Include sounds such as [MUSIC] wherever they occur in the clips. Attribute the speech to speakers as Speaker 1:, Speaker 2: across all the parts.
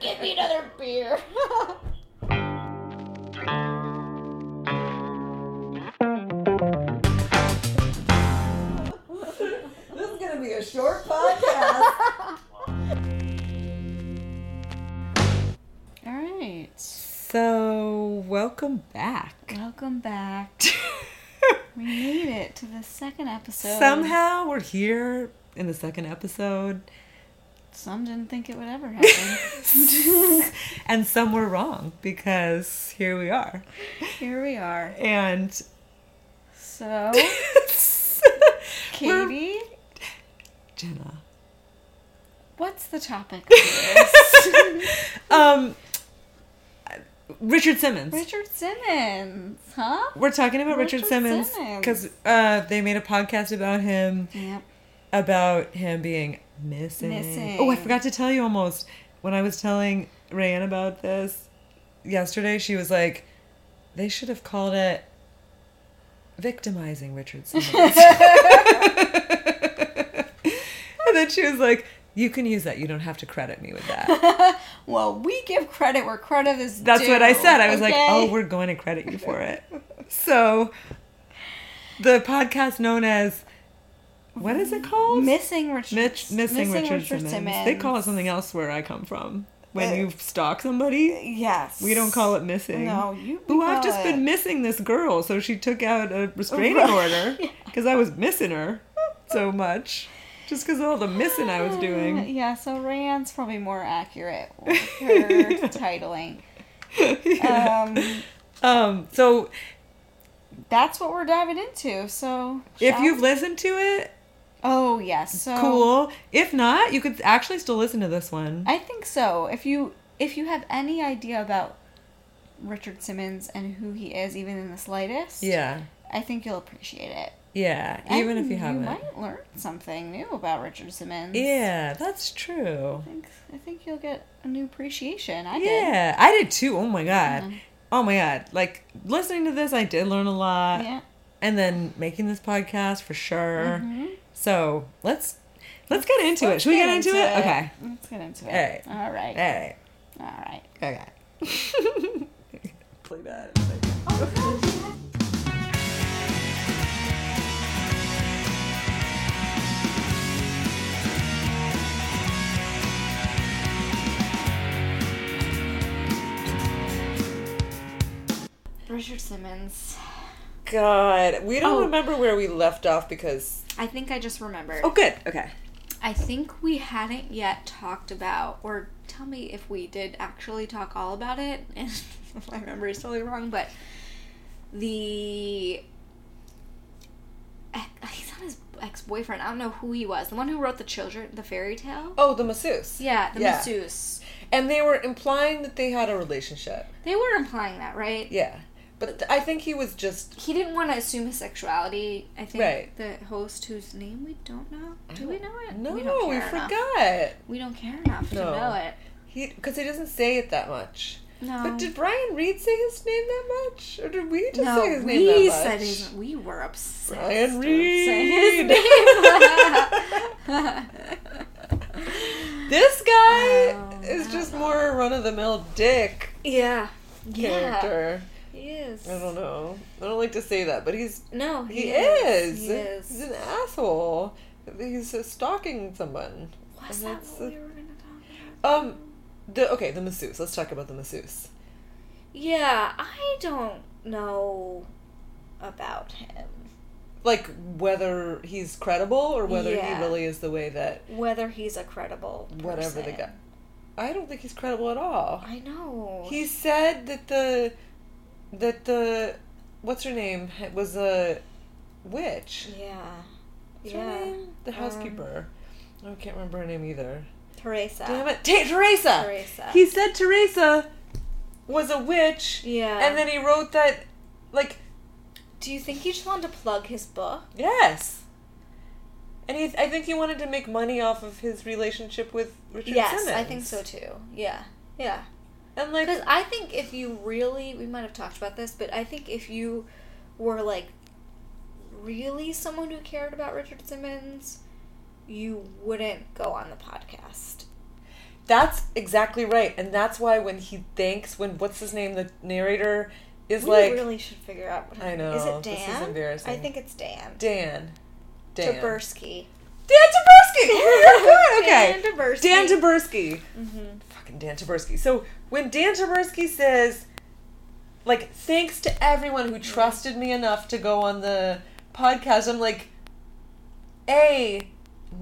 Speaker 1: Give me another beer.
Speaker 2: This is going to be a short podcast.
Speaker 1: All right.
Speaker 2: [LAUGHS] so, welcome back.
Speaker 1: Welcome back. We made it to the second episode.
Speaker 2: Somehow we're here in the second episode,
Speaker 1: Some didn't think it would ever [LAUGHS] happen.
Speaker 2: and some were wrong because here we are.
Speaker 1: Here we are.
Speaker 2: And
Speaker 1: So,
Speaker 2: we're-
Speaker 1: Katie,
Speaker 2: Jenna.
Speaker 1: what's the topic for [LAUGHS] this?
Speaker 2: Um, Richard Simmons.
Speaker 1: Richard Simmons, huh?
Speaker 2: We're talking about Richard,
Speaker 1: Richard
Speaker 2: Simmons
Speaker 1: Simmons.
Speaker 2: because uh, they made a podcast about him,
Speaker 1: Yep.
Speaker 2: about him being missing.
Speaker 1: Missing.
Speaker 2: Oh, I forgot to tell you almost when I was telling Rayanne about this yesterday. She was like, "They should have called it victimizing
Speaker 1: [LAUGHS]
Speaker 2: Richard Simmons." [LAUGHS] and then she was like, "You can use that. You don't have to credit me with that."
Speaker 1: Well, we give credit where credit is
Speaker 2: That's what I
Speaker 1: due,
Speaker 2: said. I was like,
Speaker 1: okay?
Speaker 2: "Oh, we're going to credit you for it." So, the podcast known as what is it called?
Speaker 1: missing Richard.
Speaker 2: Mitch, missing, Richard, Simmons. They call it something else where I come from. When
Speaker 1: Uh,
Speaker 2: you stalk somebody,
Speaker 1: Yes.
Speaker 2: we don't call it missing.
Speaker 1: No, you.
Speaker 2: Ooh,
Speaker 1: we
Speaker 2: I've
Speaker 1: call
Speaker 2: just
Speaker 1: it-
Speaker 2: been missing this girl, so she took out a restraining
Speaker 1: Right.
Speaker 2: order
Speaker 1: [LAUGHS]
Speaker 2: because I was missing her so much, just because all the missing I was
Speaker 1: Oh,
Speaker 2: doing.
Speaker 1: Uh, Yeah, so Rayanne's probably more
Speaker 2: [LAUGHS]
Speaker 1: accurate with her titling. Um,
Speaker 2: Um, so
Speaker 1: that's what we're diving into. So
Speaker 2: if
Speaker 1: shall-
Speaker 2: you've listened to it,
Speaker 1: oh yes, so
Speaker 2: cool. If not, you could actually still listen to this one.
Speaker 1: I think so. If you if you have any idea about Richard Simmons and who he is, even in the slightest,
Speaker 2: yeah,
Speaker 1: I think you'll appreciate it.
Speaker 2: yeah. Even
Speaker 1: And
Speaker 2: if you haven't,
Speaker 1: you might learn something new about Richard Simmons.
Speaker 2: yeah, that's true.
Speaker 1: I think, I think you'll get a new appreciation. I did.
Speaker 2: Yeah, I did too. Oh my god.
Speaker 1: Mhm.
Speaker 2: Oh my god. Like listening to this, I did learn a lot.
Speaker 1: Yeah.
Speaker 2: And then making this podcast for sure.
Speaker 1: Mhm.
Speaker 2: So let's let's get into it.
Speaker 1: Let's
Speaker 2: Should we get into, it? Okay.
Speaker 1: Let's get into
Speaker 2: All right.
Speaker 1: it. All right.
Speaker 2: All right.
Speaker 1: All right.
Speaker 2: Okay. [LAUGHS] Play that.
Speaker 1: Richard Simmons.
Speaker 2: God, we don't
Speaker 1: Oh.
Speaker 2: remember where we left off because.
Speaker 1: I think I just remembered.
Speaker 2: Oh, good. Okay.
Speaker 1: I think we hadn't yet talked about, or tell me if we did actually talk all about it, [LAUGHS] and if my memory is totally wrong, but the. ex- He's not his ex boyfriend. I don't know who he was. The one who wrote the children, the fairy tale?
Speaker 2: Oh, the masseuse.
Speaker 1: Yeah, the
Speaker 2: Yeah.
Speaker 1: masseuse.
Speaker 2: And they were implying that they had a relationship.
Speaker 1: They were implying that, right?
Speaker 2: Yeah. But I think he was just.
Speaker 1: He didn't want to assume his sexuality. I think
Speaker 2: Right.
Speaker 1: the host, whose name we don't know, do we know it?
Speaker 2: No,
Speaker 1: we,
Speaker 2: we,
Speaker 1: don't care enough.
Speaker 2: forgot.
Speaker 1: We don't care enough
Speaker 2: No.
Speaker 1: to know it.
Speaker 2: He because he doesn't say it that much.
Speaker 1: No.
Speaker 2: But did Brian Reed say his name that much, or did we just
Speaker 1: no,
Speaker 2: say his
Speaker 1: we
Speaker 2: name that much?
Speaker 1: said his. We were obsessed.
Speaker 2: Brian
Speaker 1: with
Speaker 2: Reed.
Speaker 1: saying his name.
Speaker 2: [LAUGHS] This guy
Speaker 1: Oh,
Speaker 2: is
Speaker 1: I
Speaker 2: just
Speaker 1: don't
Speaker 2: more run of the mill dick
Speaker 1: [LAUGHS] yeah. Yeah.
Speaker 2: character.
Speaker 1: He is.
Speaker 2: I don't know. I don't like to say that, but he's
Speaker 1: No,
Speaker 2: he, is.
Speaker 1: Oh, He
Speaker 2: He's
Speaker 1: is.
Speaker 2: an asshole. He's uh, stalking someone.
Speaker 1: Was
Speaker 2: And
Speaker 1: that
Speaker 2: that's
Speaker 1: what
Speaker 2: the-
Speaker 1: we were gonna talk about?
Speaker 2: Um, the okay, the masseuse. Let's talk about the masseuse.
Speaker 1: Yeah, I don't know about him.
Speaker 2: Like whether he's credible or whether
Speaker 1: Yeah.
Speaker 2: he really is the way that
Speaker 1: Whether he's a credible.
Speaker 2: whatever the
Speaker 1: person.
Speaker 2: guy. I don't think he's credible at all.
Speaker 1: I know.
Speaker 2: He said that the that the what's her name was a witch.
Speaker 1: Yeah. Um,
Speaker 2: What's her
Speaker 1: yeah.
Speaker 2: name? The housekeeper. I can't remember her name either.
Speaker 1: Teresa.
Speaker 2: Damn it, Ta- Teresa.
Speaker 1: Teresa.
Speaker 2: He said Teresa was a witch,
Speaker 1: Yeah.
Speaker 2: and then he wrote that like
Speaker 1: do you think he just wanted to plug his book?
Speaker 2: yes. And he, I think he wanted to make money off of his relationship with Richard
Speaker 1: yes,
Speaker 2: Simmons.
Speaker 1: I think so too. Yeah. Yeah.
Speaker 2: And like,
Speaker 1: Because I think if you really, we might have talked about this, but I think if you were like really someone who cared about Richard Simmons, you wouldn't go on the podcast.
Speaker 2: That's exactly right, and that's why when he thanks, when what's his name, the narrator is
Speaker 1: we
Speaker 2: like
Speaker 1: really should figure out what her
Speaker 2: I
Speaker 1: name Is
Speaker 2: know,
Speaker 1: it Dan?
Speaker 2: this is embarrassing.
Speaker 1: I think it's Dan.
Speaker 2: Dan. Dan.
Speaker 1: Taberski.
Speaker 2: Dan Taberski. Good. [LAUGHS] Okay.
Speaker 1: [LAUGHS] Dan Mm-hmm. Taberski.
Speaker 2: Dan Taberski. Fucking Dan Taberski. So when Dan Taberski says, like, thanks to everyone who trusted me enough to go on the podcast, I'm like, a,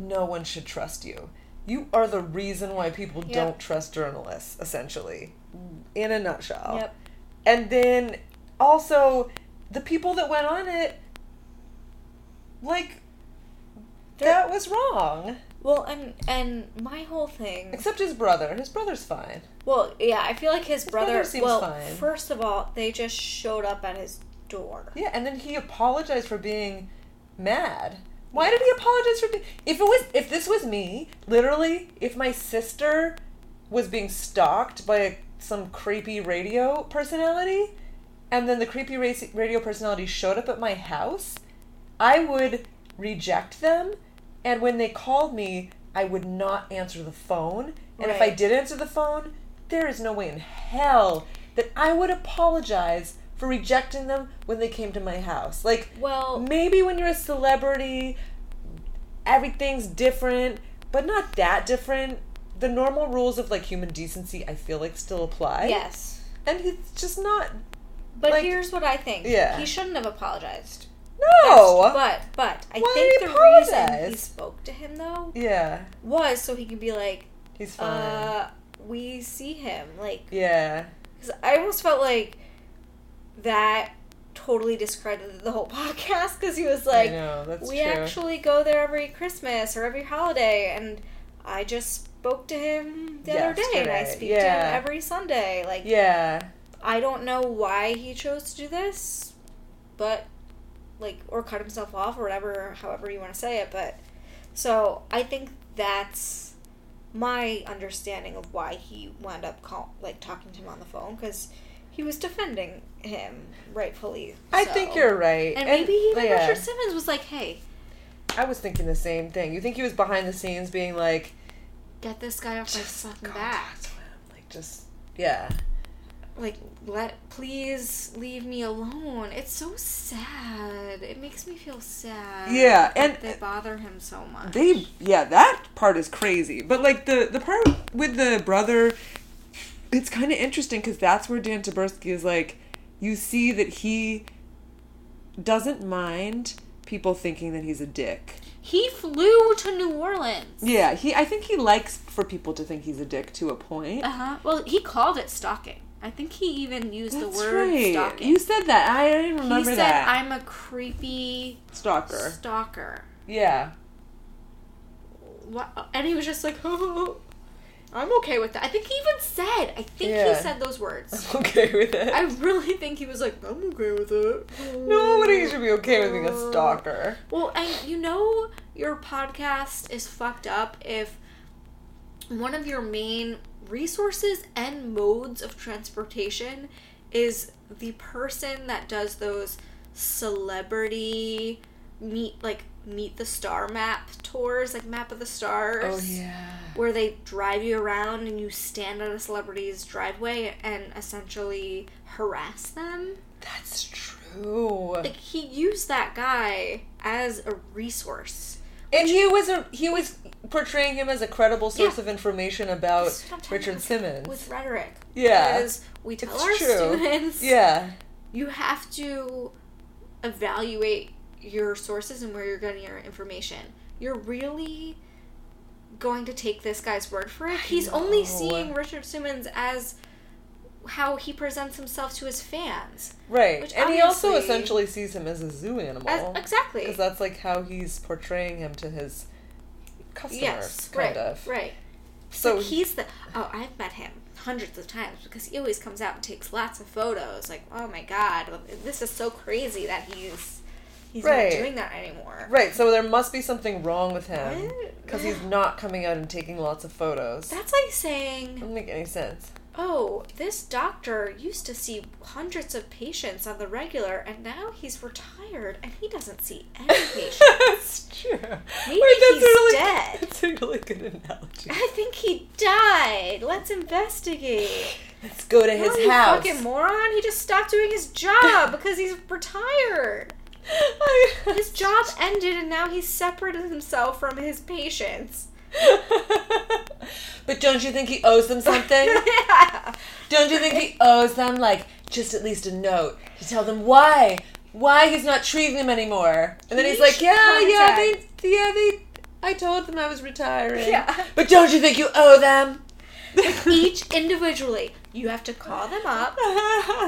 Speaker 2: no one should trust you. You are the reason why people
Speaker 1: Yep.
Speaker 2: don't trust journalists, essentially, in a nutshell.
Speaker 1: Yep.
Speaker 2: And then also, the people that went on it, like, that was wrong.
Speaker 1: Well, and and my whole thing.
Speaker 2: Except his brother. His brother's fine.
Speaker 1: Well, yeah, I feel like his,
Speaker 2: brother
Speaker 1: brother.
Speaker 2: seems
Speaker 1: well,
Speaker 2: fine.
Speaker 1: first of all, they just showed up at his door.
Speaker 2: Yeah, and then he apologized for being mad. Why did he apologize for being? If it was, if this was me, literally, if my sister was being stalked by some creepy radio personality, and then the creepy ra- radio personality showed up at my house, I would reject them, and when they called me, I would not answer the phone. And if I
Speaker 1: Right.
Speaker 2: did answer the phone, there is no way in hell that I would apologize for rejecting them when they came to my house. Like,
Speaker 1: Well,
Speaker 2: maybe when you're a celebrity, everything's different, but not that different. The normal rules of like human decency, I feel like, still apply.
Speaker 1: yes,
Speaker 2: and he's just not.
Speaker 1: but
Speaker 2: Like-
Speaker 1: here's what I think.
Speaker 2: Yeah.
Speaker 1: he shouldn't have apologized.
Speaker 2: No.
Speaker 1: but but I
Speaker 2: Why
Speaker 1: think
Speaker 2: did
Speaker 1: the
Speaker 2: he
Speaker 1: reason he
Speaker 2: apologize?
Speaker 1: spoke to him though
Speaker 2: yeah,
Speaker 1: was so he can be like,
Speaker 2: he's fine.
Speaker 1: uh, we see him like
Speaker 2: yeah.
Speaker 1: Because I almost felt like that totally discredited the whole [LAUGHS] podcast because he was
Speaker 2: I
Speaker 1: like,
Speaker 2: know that's
Speaker 1: we
Speaker 2: true.
Speaker 1: actually go there every Christmas or every holiday. And I just spoke to him the other day and I
Speaker 2: Yesterday,
Speaker 1: speak to
Speaker 2: yeah.
Speaker 1: him every Sunday. Like,
Speaker 2: yeah,
Speaker 1: I don't know why he chose to do this, but like, or cut himself off or whatever, however you want to say it. But so I think that's my understanding of why he wound up call, like talking to him on the phone because he was defending him rightfully.
Speaker 2: I
Speaker 1: so.
Speaker 2: think you're right.
Speaker 1: And maybe even
Speaker 2: yeah.
Speaker 1: Richard Simmons was like, "Hey,
Speaker 2: I was thinking the same thing. You think he was behind the scenes, being like,
Speaker 3: Get this guy off my
Speaker 2: Just
Speaker 3: fucking
Speaker 2: go
Speaker 3: back.
Speaker 2: talk to him. like just yeah.
Speaker 3: Like, let please leave me alone. It's so sad. It makes me feel sad.
Speaker 2: Yeah,
Speaker 3: that
Speaker 2: and-
Speaker 3: they bother him so much.
Speaker 2: they yeah that part is crazy but like the the part with the brother it's kind of interesting because that's where dan taberski is like you see that he doesn't mind people thinking that he's a dick
Speaker 3: He flew to New Orleans.
Speaker 2: yeah he i think he likes for people to think he's a dick to a point
Speaker 3: Uh huh. Well, he called it stalking. I think he even used the
Speaker 2: that's
Speaker 3: word
Speaker 2: right
Speaker 3: stalking.
Speaker 2: you said that i didn't
Speaker 3: he
Speaker 2: remember
Speaker 3: said,
Speaker 2: that
Speaker 3: "I'm a creepy
Speaker 2: stalker
Speaker 3: stalker."
Speaker 2: yeah [LAUGHS]
Speaker 3: What? And he was just like, [LAUGHS] "I'm okay with that." I think he even said, "I think
Speaker 2: Yeah.
Speaker 3: he said those words."
Speaker 2: okay with it
Speaker 3: I really think he was like, "I'm okay with it."
Speaker 2: nobody should be okay with being a stalker
Speaker 3: Well, and you know your podcast is fucked up if one of your main resources and modes of transportation is the person that does those celebrity meet like meet the star map tours, like map of the stars
Speaker 2: Oh, yeah
Speaker 3: where they drive you around and you stand on a celebrity's driveway and essentially harass them.
Speaker 2: that's true
Speaker 3: Like he used that guy as a resource.
Speaker 2: And he was a, he was portraying him as a credible source
Speaker 3: Yeah.
Speaker 2: of information about
Speaker 3: That's what I'm talking
Speaker 2: Richard
Speaker 3: about
Speaker 2: Simmons.
Speaker 3: with rhetoric.
Speaker 2: Yeah.
Speaker 3: Because we tell
Speaker 2: It's
Speaker 3: our
Speaker 2: true.
Speaker 3: students
Speaker 2: yeah,
Speaker 3: you have to evaluate your sources and where you're getting your information. You're really going to take this guy's word for it. He's only
Speaker 2: know.
Speaker 3: seeing Richard Simmons as how he presents himself to his fans.
Speaker 2: right.
Speaker 3: Which
Speaker 2: and he also
Speaker 3: obviously-
Speaker 2: essentially sees him as a zoo animal
Speaker 3: As,
Speaker 2: because
Speaker 3: exactly.
Speaker 2: that's like how he's portraying him to his customers,
Speaker 3: Yes, right,
Speaker 2: kind of.
Speaker 3: right.
Speaker 2: So
Speaker 3: like he's the oh I've met him hundreds of times because he always comes out and takes lots of photos. Like oh my god, this is so crazy that he's he's
Speaker 2: Right.
Speaker 3: not doing that anymore.
Speaker 2: right, so there must be something wrong with him
Speaker 3: What?
Speaker 2: because he's not coming out and taking lots of photos.
Speaker 3: That's like saying
Speaker 2: Doesn't make any sense.
Speaker 1: oh, this doctor used to see hundreds of patients on the regular, and now he's retired and he doesn't see
Speaker 2: [LAUGHS]
Speaker 1: any patients. [LAUGHS]
Speaker 2: that's true. Maybe
Speaker 1: he's dead.
Speaker 2: That's a really good analogy.
Speaker 1: I think he died. Let's investigate.
Speaker 2: Let's go to his
Speaker 1: Oh, you
Speaker 2: house.
Speaker 1: fucking moron! He just stopped doing his job because he's retired.
Speaker 2: I- [LAUGHS]
Speaker 1: His job ended, and now he's separated himself from his patients.
Speaker 2: but don't you think he owes
Speaker 1: [LAUGHS]
Speaker 2: them something?
Speaker 1: yeah.
Speaker 2: Don't you think he owes them like just at least a note to tell them why why he's not treating them anymore? And then
Speaker 1: He
Speaker 2: he's like,
Speaker 1: should
Speaker 2: yeah, yeah, they,
Speaker 1: contact-
Speaker 2: yeah, they. I told them I was retiring.
Speaker 1: Yeah.
Speaker 2: But don't you think you
Speaker 1: [LAUGHS]
Speaker 2: owe them? [LAUGHS]
Speaker 1: Each individually, you have to call them up,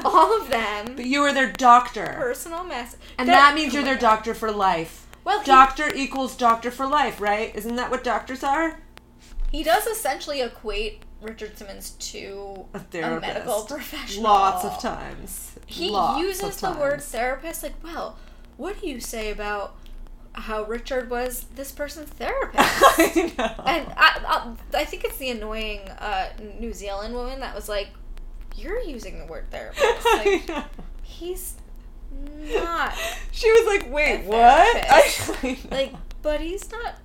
Speaker 1: all of them,
Speaker 2: but you were their doctor,
Speaker 1: personal message,
Speaker 2: and that means you're their doctor for life.
Speaker 1: Well, he-
Speaker 2: doctor equals doctor for life, right? Isn't that what doctors are?
Speaker 1: He does essentially equate Richard Simmons to
Speaker 2: A
Speaker 1: a
Speaker 2: therapist.
Speaker 1: medical professional.
Speaker 2: Lots of times.
Speaker 1: He
Speaker 2: Lots of
Speaker 1: uses the word
Speaker 2: times.
Speaker 1: therapist like, well, what do you say about how Richard was this person's therapist?
Speaker 2: [LAUGHS] I know.
Speaker 1: and I, I, I think it's the annoying uh, New Zealand woman that was like, you're using the word therapist. Like,
Speaker 2: [LAUGHS] I know.
Speaker 1: he's not.
Speaker 2: She was like,
Speaker 1: A
Speaker 2: "Wait, what?" [LAUGHS] I,
Speaker 1: therapist.
Speaker 2: I know.
Speaker 1: Like, but he's not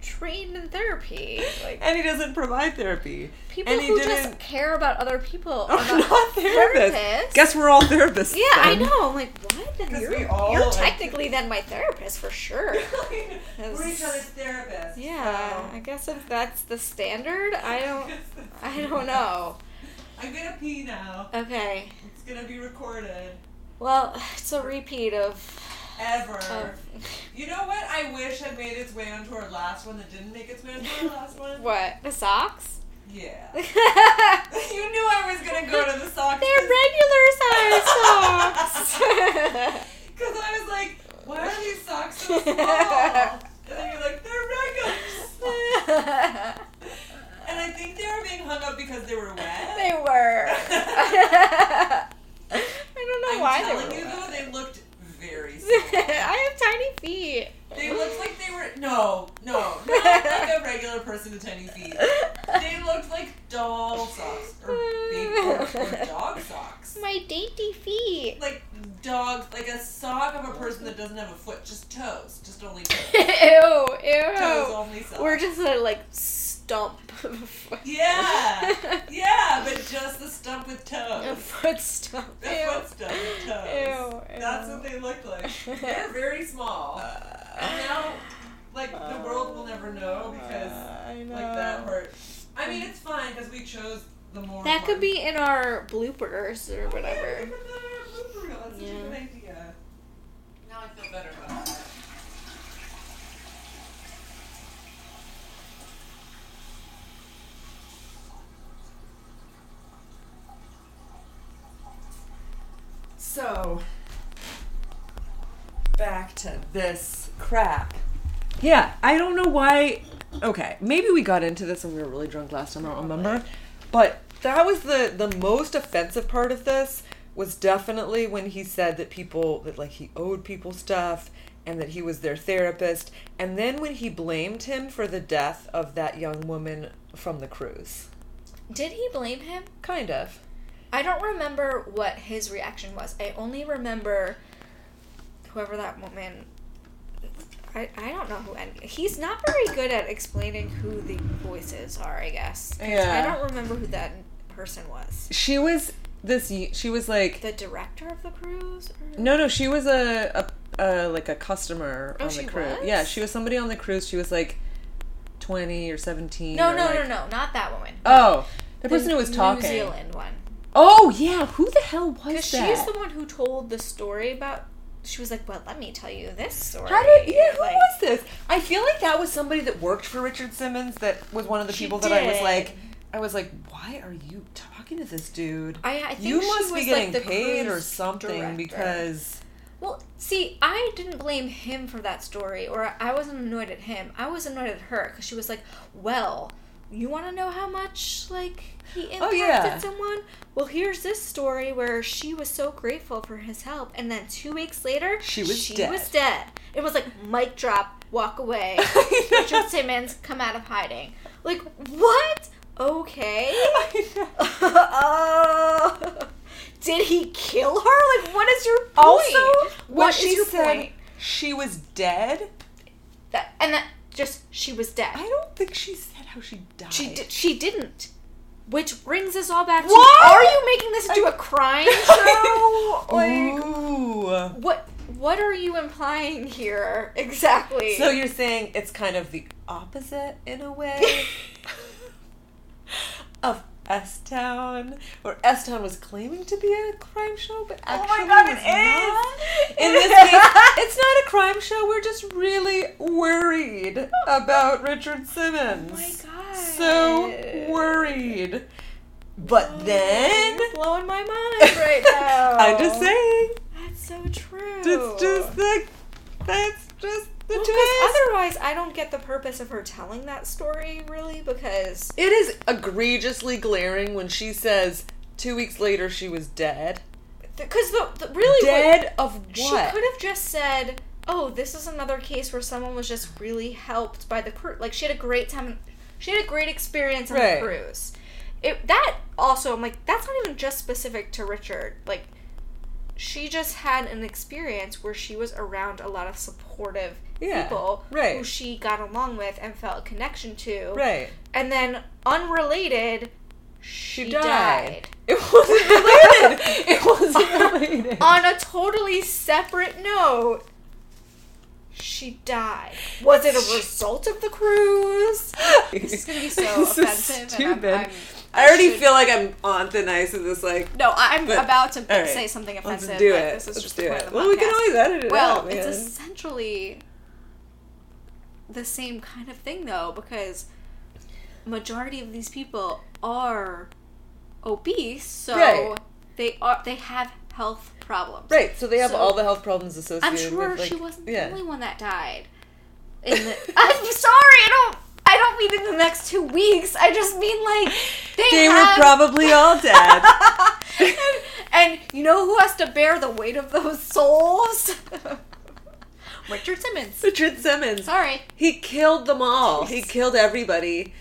Speaker 1: trained in therapy. [LAUGHS] Like,
Speaker 2: and he doesn't provide therapy.
Speaker 1: people
Speaker 2: and he
Speaker 1: who
Speaker 2: didn't.
Speaker 1: just care about other people
Speaker 2: [LAUGHS] are
Speaker 1: are not,
Speaker 2: not therapists.
Speaker 1: therapists.
Speaker 2: Guess we're all therapists.
Speaker 1: yeah, I
Speaker 2: then.
Speaker 1: know. I'm like, what? Then
Speaker 2: 'Cause
Speaker 1: you're,
Speaker 2: we all,
Speaker 1: you're
Speaker 2: like-
Speaker 1: technically then my therapist for sure.
Speaker 2: [LAUGHS] [LAUGHS] we're each other's therapists.
Speaker 1: Yeah, I
Speaker 2: so-
Speaker 1: guess if that's the standard, I don't, I don't know.
Speaker 2: I'm gonna pee now.
Speaker 1: Okay,
Speaker 2: It's gonna be recorded
Speaker 1: well, [SIGHS] it's a repeat of.
Speaker 2: ever.
Speaker 1: of
Speaker 2: You know what? I wish had made its way onto our last one that didn't make its way onto our last
Speaker 1: [LAUGHS]
Speaker 2: one.
Speaker 1: what the socks? [LAUGHS]
Speaker 2: Yeah. [LAUGHS]
Speaker 1: They're
Speaker 2: you knew I was gonna go
Speaker 1: [LAUGHS]
Speaker 2: to the sock.
Speaker 1: regular size socks. [LAUGHS]
Speaker 2: Because I was like, why are these socks
Speaker 1: [LAUGHS]
Speaker 2: so small? and then you're like, they're regulars.
Speaker 1: [LAUGHS]
Speaker 2: And I think they were being hung up because they were
Speaker 1: [LAUGHS]
Speaker 2: wet.
Speaker 1: they were. I don't know
Speaker 2: I'm
Speaker 1: why they
Speaker 2: telling
Speaker 1: were.
Speaker 2: you
Speaker 1: wet.
Speaker 2: though, they looked very small.
Speaker 1: [LAUGHS] I have tiny feet.
Speaker 2: they looked like they were no, no, not like a regular person with tiny feet. They looked like doll socks or baby or, or dog socks.
Speaker 1: My dainty
Speaker 2: [LAUGHS]
Speaker 1: feet.
Speaker 2: Like dog, like a sock of a person that doesn't have a foot, just toes, just only
Speaker 1: ew,
Speaker 2: toes, toes
Speaker 1: ew.
Speaker 2: only socks.
Speaker 1: We're just a like stump. [LAUGHS] of a foot.
Speaker 2: Yeah.
Speaker 1: [LAUGHS]
Speaker 2: Yeah, but just the stump with
Speaker 1: a
Speaker 2: toes.
Speaker 1: foot stump.
Speaker 2: The
Speaker 1: Ew.
Speaker 2: foot stump with toes.
Speaker 1: Ew,
Speaker 2: That's
Speaker 1: ew.
Speaker 2: what they look
Speaker 1: [LAUGHS]
Speaker 2: like. They're very small. And now, like, the world will never know because,
Speaker 1: Uh, I know.
Speaker 2: like, that hurt. I mean, it's fine because we chose the more.
Speaker 1: That could
Speaker 2: one.
Speaker 1: be in our bloopers or
Speaker 2: Yeah,
Speaker 1: whatever.
Speaker 2: look at that blooper reel. That's such a
Speaker 1: Yeah.
Speaker 2: good idea. Now I feel better about that. So, back to this crap. Yeah, I don't know why. Okay, maybe we got into this when we were really drunk last time. I don't remember, but that was the the most offensive part of this was definitely when he said that people that like he owed people stuff and that he was their therapist, and then when he blamed him for the death of that young woman from the cruise.
Speaker 1: Did he blame him?
Speaker 2: Kind of.
Speaker 1: I don't remember what his reaction was. I only remember whoever that woman. I, I don't know who. and- He's not very good at explaining who the voices are. I guess 'Cause I
Speaker 2: Yeah.
Speaker 1: don't remember who that person was.
Speaker 2: She was this. y- She was like
Speaker 1: The director of the cruise. Or...
Speaker 2: No, no, she was a, a, a like a customer
Speaker 1: Oh,
Speaker 2: on the
Speaker 1: she
Speaker 2: cruise.
Speaker 1: was?
Speaker 2: Yeah, she was somebody on the cruise. She was like twenty or seventeen.
Speaker 1: No,
Speaker 2: or,
Speaker 1: no,
Speaker 2: like-
Speaker 1: no, no, not that woman.
Speaker 2: Oh, the, person who was
Speaker 1: New
Speaker 2: talking.
Speaker 1: Zealand one.
Speaker 2: Oh yeah, who the hell was that?
Speaker 1: Because she's the one who told the story about. She was like, "Well, let me tell you this story."
Speaker 2: How did yeah? Who
Speaker 1: Like,
Speaker 2: was this? I feel like that was somebody that worked for Richard Simmons. That was one of the
Speaker 1: She
Speaker 2: people that I was
Speaker 1: did.
Speaker 2: like, I was like, why are you talking to this dude?
Speaker 1: I, I think
Speaker 2: you
Speaker 1: she
Speaker 2: must
Speaker 1: was
Speaker 2: be getting
Speaker 1: like the
Speaker 2: paid or
Speaker 1: cruise
Speaker 2: something
Speaker 1: director. [LAUGHS]
Speaker 2: because
Speaker 1: Well, see, I didn't blame him for that story, or I wasn't annoyed at him. I was annoyed at her because she was like, "Well, you want to know how much like he impacted
Speaker 2: Oh, yeah.
Speaker 1: someone? Well, here's this story where she was so grateful for his help, and then two weeks later,
Speaker 2: She was
Speaker 1: she
Speaker 2: dead.
Speaker 1: was dead. It was like mic drop, walk
Speaker 2: [LAUGHS]
Speaker 1: away. Richard Simmons come out of hiding. Like what? Okay.
Speaker 2: I know. [LAUGHS] Also, when
Speaker 3: What
Speaker 2: she
Speaker 3: is your
Speaker 2: said
Speaker 3: point?
Speaker 2: she was dead,
Speaker 3: That, and that just she was dead.
Speaker 2: I don't think she said how she died.
Speaker 3: She
Speaker 2: [LAUGHS]
Speaker 3: di- she didn't. Which brings us all back to
Speaker 2: What?
Speaker 3: Are you making this into a
Speaker 2: [LAUGHS]
Speaker 3: crime show? [LAUGHS] like
Speaker 2: Ooh.
Speaker 3: what what are you implying here exactly? [LAUGHS]
Speaker 2: So you're saying it's kind of the opposite in
Speaker 3: [LAUGHS]
Speaker 2: a way of S Town, where S Town was claiming to be a crime show, but
Speaker 3: Oh
Speaker 2: actually was not. In this case,
Speaker 3: [LAUGHS]
Speaker 2: it's not a crime show. We're just really worried about Richard Simmons.
Speaker 3: Oh
Speaker 2: [LAUGHS]
Speaker 3: god.
Speaker 2: So worried. But then,
Speaker 3: You're blowing my mind right now.
Speaker 2: [LAUGHS] I'm just saying,
Speaker 3: That's so true.
Speaker 2: it's just the, that's just the
Speaker 1: Well, 'cause
Speaker 2: twist.
Speaker 1: otherwise, I don't get the purpose of her telling that story really because
Speaker 2: It is egregiously glaring when she says two weeks later she was dead.
Speaker 1: because the, the really what-
Speaker 2: Dead of
Speaker 1: she
Speaker 2: what?
Speaker 1: could have just said, "Oh, this is another case where someone was just really helped by the crew. Like she had a great time. She had a great experience on
Speaker 2: Right.
Speaker 1: the cruise. It that also I'm like that's not even just specific to Richard. Like she just had an experience where she was around a lot of supportive
Speaker 2: Yeah,
Speaker 1: people
Speaker 2: right.
Speaker 1: who she got along with and felt a connection to.
Speaker 2: right.
Speaker 1: And then unrelated, she,
Speaker 2: She died.
Speaker 1: died.
Speaker 2: [LAUGHS] It wasn't related. it [LAUGHS] wasn't related.
Speaker 1: on a totally separate note, she died. Was it a result of the cruise?
Speaker 2: [LAUGHS] this is
Speaker 1: gonna be so offensive and I'm-
Speaker 2: stupid.
Speaker 1: I'm-
Speaker 2: I already
Speaker 1: should-
Speaker 2: feel like I'm on thin ice with this. Like,
Speaker 1: No, I'm
Speaker 2: But-
Speaker 1: about to
Speaker 2: all right.
Speaker 1: say something
Speaker 2: let's
Speaker 1: offensive.
Speaker 2: do
Speaker 1: but
Speaker 2: it.
Speaker 1: This is
Speaker 2: let's
Speaker 1: just the
Speaker 2: do
Speaker 1: point
Speaker 2: it.
Speaker 1: of the
Speaker 2: Well, we can
Speaker 1: podcast.
Speaker 2: always edit it
Speaker 1: Well,
Speaker 2: out, man.
Speaker 1: it's essentially the same kind of thing though, because majority of these people are obese, so
Speaker 2: Right.
Speaker 1: they are they have health problems.
Speaker 2: right. So they have
Speaker 1: so-
Speaker 2: all the health problems associated.
Speaker 1: I'm sure
Speaker 2: with, like,
Speaker 1: she wasn't
Speaker 2: yeah.
Speaker 1: the only one that died. In
Speaker 2: [LAUGHS]
Speaker 1: the, I'm sorry, I don't. I don't mean in the next two weeks. I just mean like they,
Speaker 2: They were
Speaker 1: have,
Speaker 2: probably [LAUGHS] all dead.
Speaker 1: [LAUGHS] and, and you know who has to bear the weight of those souls? [LAUGHS] Richard Simmons.
Speaker 2: Richard Simmons.
Speaker 1: Sorry.
Speaker 2: He killed them all. He killed everybody.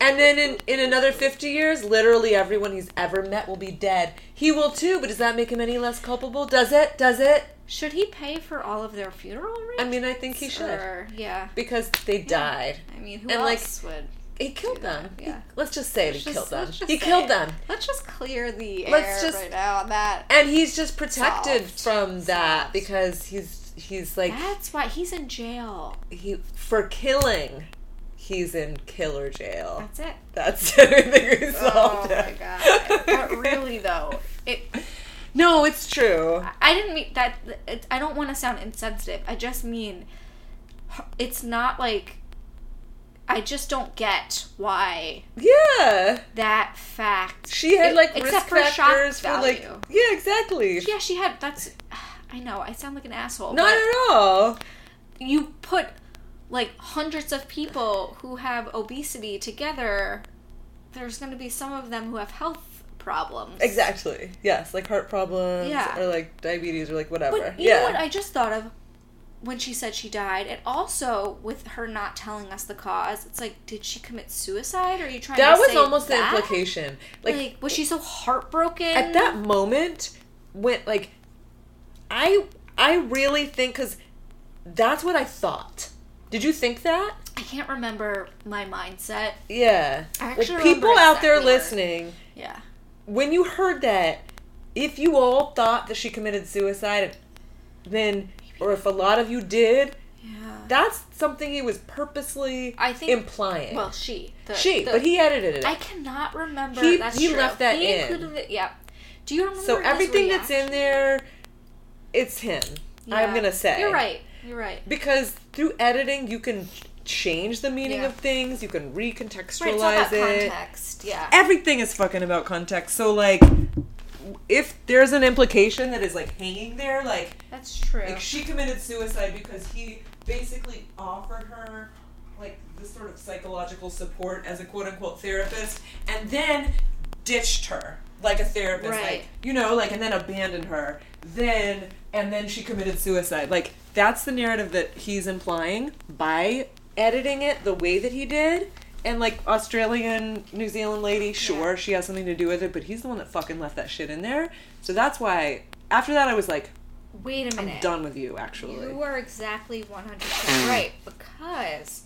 Speaker 2: And then in, in another 50 years, literally everyone he's ever met will be dead. He will too, but does that make him any less culpable? Does it? Does it?
Speaker 1: Should he pay for all of their funeral rites?
Speaker 2: I mean, I think he should.
Speaker 1: Or- yeah.
Speaker 2: Because they died.
Speaker 1: I mean, who
Speaker 2: And, like,
Speaker 1: else would?
Speaker 2: He killed them.
Speaker 1: that, yeah.
Speaker 2: He- let's just say he
Speaker 1: Just-
Speaker 2: killed them.
Speaker 1: let's just
Speaker 2: He
Speaker 1: say
Speaker 2: killed
Speaker 1: it.
Speaker 2: them.
Speaker 1: Let's just clear the air
Speaker 2: Let's just-
Speaker 1: right now on that.
Speaker 2: And he's just protected
Speaker 1: Solved.
Speaker 2: from that
Speaker 1: Solved.
Speaker 2: because he's he's like
Speaker 1: That's why he's in jail.
Speaker 2: he for killing. He's in killer jail.
Speaker 1: That's it.
Speaker 2: That's [LAUGHS] everything we
Speaker 1: Oh
Speaker 2: solved.
Speaker 1: my god!
Speaker 2: [LAUGHS]
Speaker 1: But really, though, it.
Speaker 2: No, it's true.
Speaker 1: I didn't mean that. It, I don't want to sound insensitive. I just mean, her- it's not like. I just don't get why
Speaker 2: Yeah.
Speaker 1: that fact.
Speaker 2: She had
Speaker 1: it-
Speaker 2: like risk
Speaker 1: except for shock
Speaker 2: factors for like
Speaker 1: value.
Speaker 2: yeah, exactly.
Speaker 1: Yeah, she had. That's. I know. I sound like an asshole.
Speaker 2: Not
Speaker 1: but
Speaker 2: at all.
Speaker 1: you put like hundreds of people who have obesity together. There's going to be some of them who have health problems.
Speaker 2: Exactly. Yes, like heart problems
Speaker 1: Yeah.
Speaker 2: or like diabetes or like whatever.
Speaker 1: But you
Speaker 2: yeah.
Speaker 1: know what I just thought of when she said she died, and also with her not telling us the cause, it's like, did she commit suicide? Or are you trying?
Speaker 2: that
Speaker 1: to
Speaker 2: was
Speaker 1: say
Speaker 2: almost
Speaker 1: that?
Speaker 2: the implication.
Speaker 1: Like,
Speaker 2: Like,
Speaker 1: was she so heartbroken
Speaker 2: at that moment when like I I really think cuz that's what I thought. Did you think that?
Speaker 1: I can't remember my mindset.
Speaker 2: Yeah.
Speaker 1: I
Speaker 2: Well,
Speaker 1: actually remember
Speaker 2: people out there
Speaker 1: exactly where-
Speaker 2: listening,
Speaker 1: Yeah,
Speaker 2: when you heard that, if you all thought that she committed suicide, then, or if a lot of you did,
Speaker 1: yeah.
Speaker 2: that's something he was purposely
Speaker 1: I think-
Speaker 2: implying.
Speaker 1: Well, she. The,
Speaker 2: she,
Speaker 1: the-
Speaker 2: but he edited it.
Speaker 1: I cannot remember.
Speaker 2: He-
Speaker 1: that's
Speaker 2: he
Speaker 1: true.
Speaker 2: left that
Speaker 1: He
Speaker 2: in.
Speaker 1: included it. Yeah. Do you remember?
Speaker 2: so
Speaker 1: his
Speaker 2: everything that's in
Speaker 1: reaction?
Speaker 2: there, it's him.
Speaker 1: Yeah.
Speaker 2: I'm gonna say
Speaker 1: You're right. You're right.
Speaker 2: because through editing you can change the meaning
Speaker 1: Yeah.
Speaker 2: of things. You can recontextualize
Speaker 1: Right, it's all about
Speaker 2: it.
Speaker 1: context. Yeah.
Speaker 2: everything is fucking about context. So like, if there's an implication that is like hanging there, like
Speaker 1: That's true.
Speaker 2: Like she committed suicide because he basically offered her like this sort of psychological support as a quote unquote therapist and then ditched her like a therapist.
Speaker 1: Right.
Speaker 2: Like you know, like and then abandoned her. Then and then she committed suicide. Like that's the narrative that he's implying by editing it the way that he did. And like Australian New Zealand lady, sure, she has something to do with it, but he's the one that fucking left that shit in there. So that's why after that I was like,
Speaker 1: Wait a
Speaker 2: I'm
Speaker 1: minute.
Speaker 2: done with you, actually. [LAUGHS]
Speaker 1: You are exactly
Speaker 2: Mm.
Speaker 1: 100% right because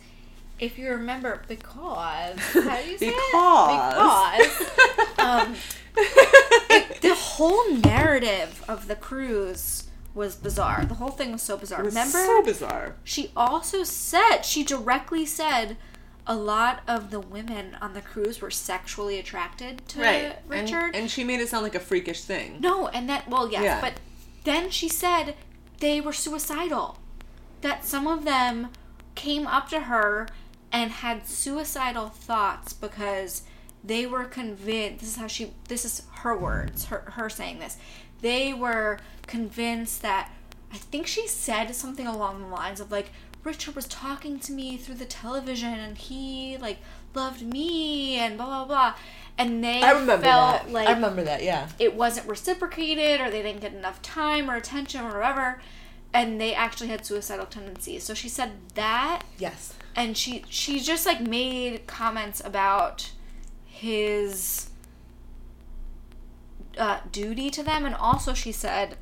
Speaker 1: if you remember because
Speaker 2: [LAUGHS]
Speaker 1: how do you say
Speaker 2: Because.
Speaker 1: it?
Speaker 2: [LAUGHS]
Speaker 1: Because um, the whole narrative of the cruise was bizarre. The whole thing was so bizarre.
Speaker 2: It was
Speaker 1: remember?
Speaker 2: so bizarre.
Speaker 1: she also said she directly said a lot of the women on the cruise were sexually attracted to
Speaker 2: Right. And-
Speaker 1: Richard.
Speaker 2: And, she made it sound like a freakish thing.
Speaker 1: No, and that well, yes,
Speaker 2: Yeah.
Speaker 1: but then she said they were suicidal. That some of them came up to her and had suicidal thoughts because they were convinced this is how she this is her words, her her saying this. They were convinced that I think she said something along the lines of like Richard was talking to me through the television and he like loved me and blah blah blah. And they
Speaker 2: I remember
Speaker 1: felt
Speaker 2: that.
Speaker 1: like
Speaker 2: I remember that, yeah.
Speaker 1: it wasn't reciprocated or they didn't get enough time or attention or whatever and they actually had suicidal tendencies so she said that
Speaker 2: Yes.
Speaker 1: and she she just like made comments about his uh, duty to them and also she said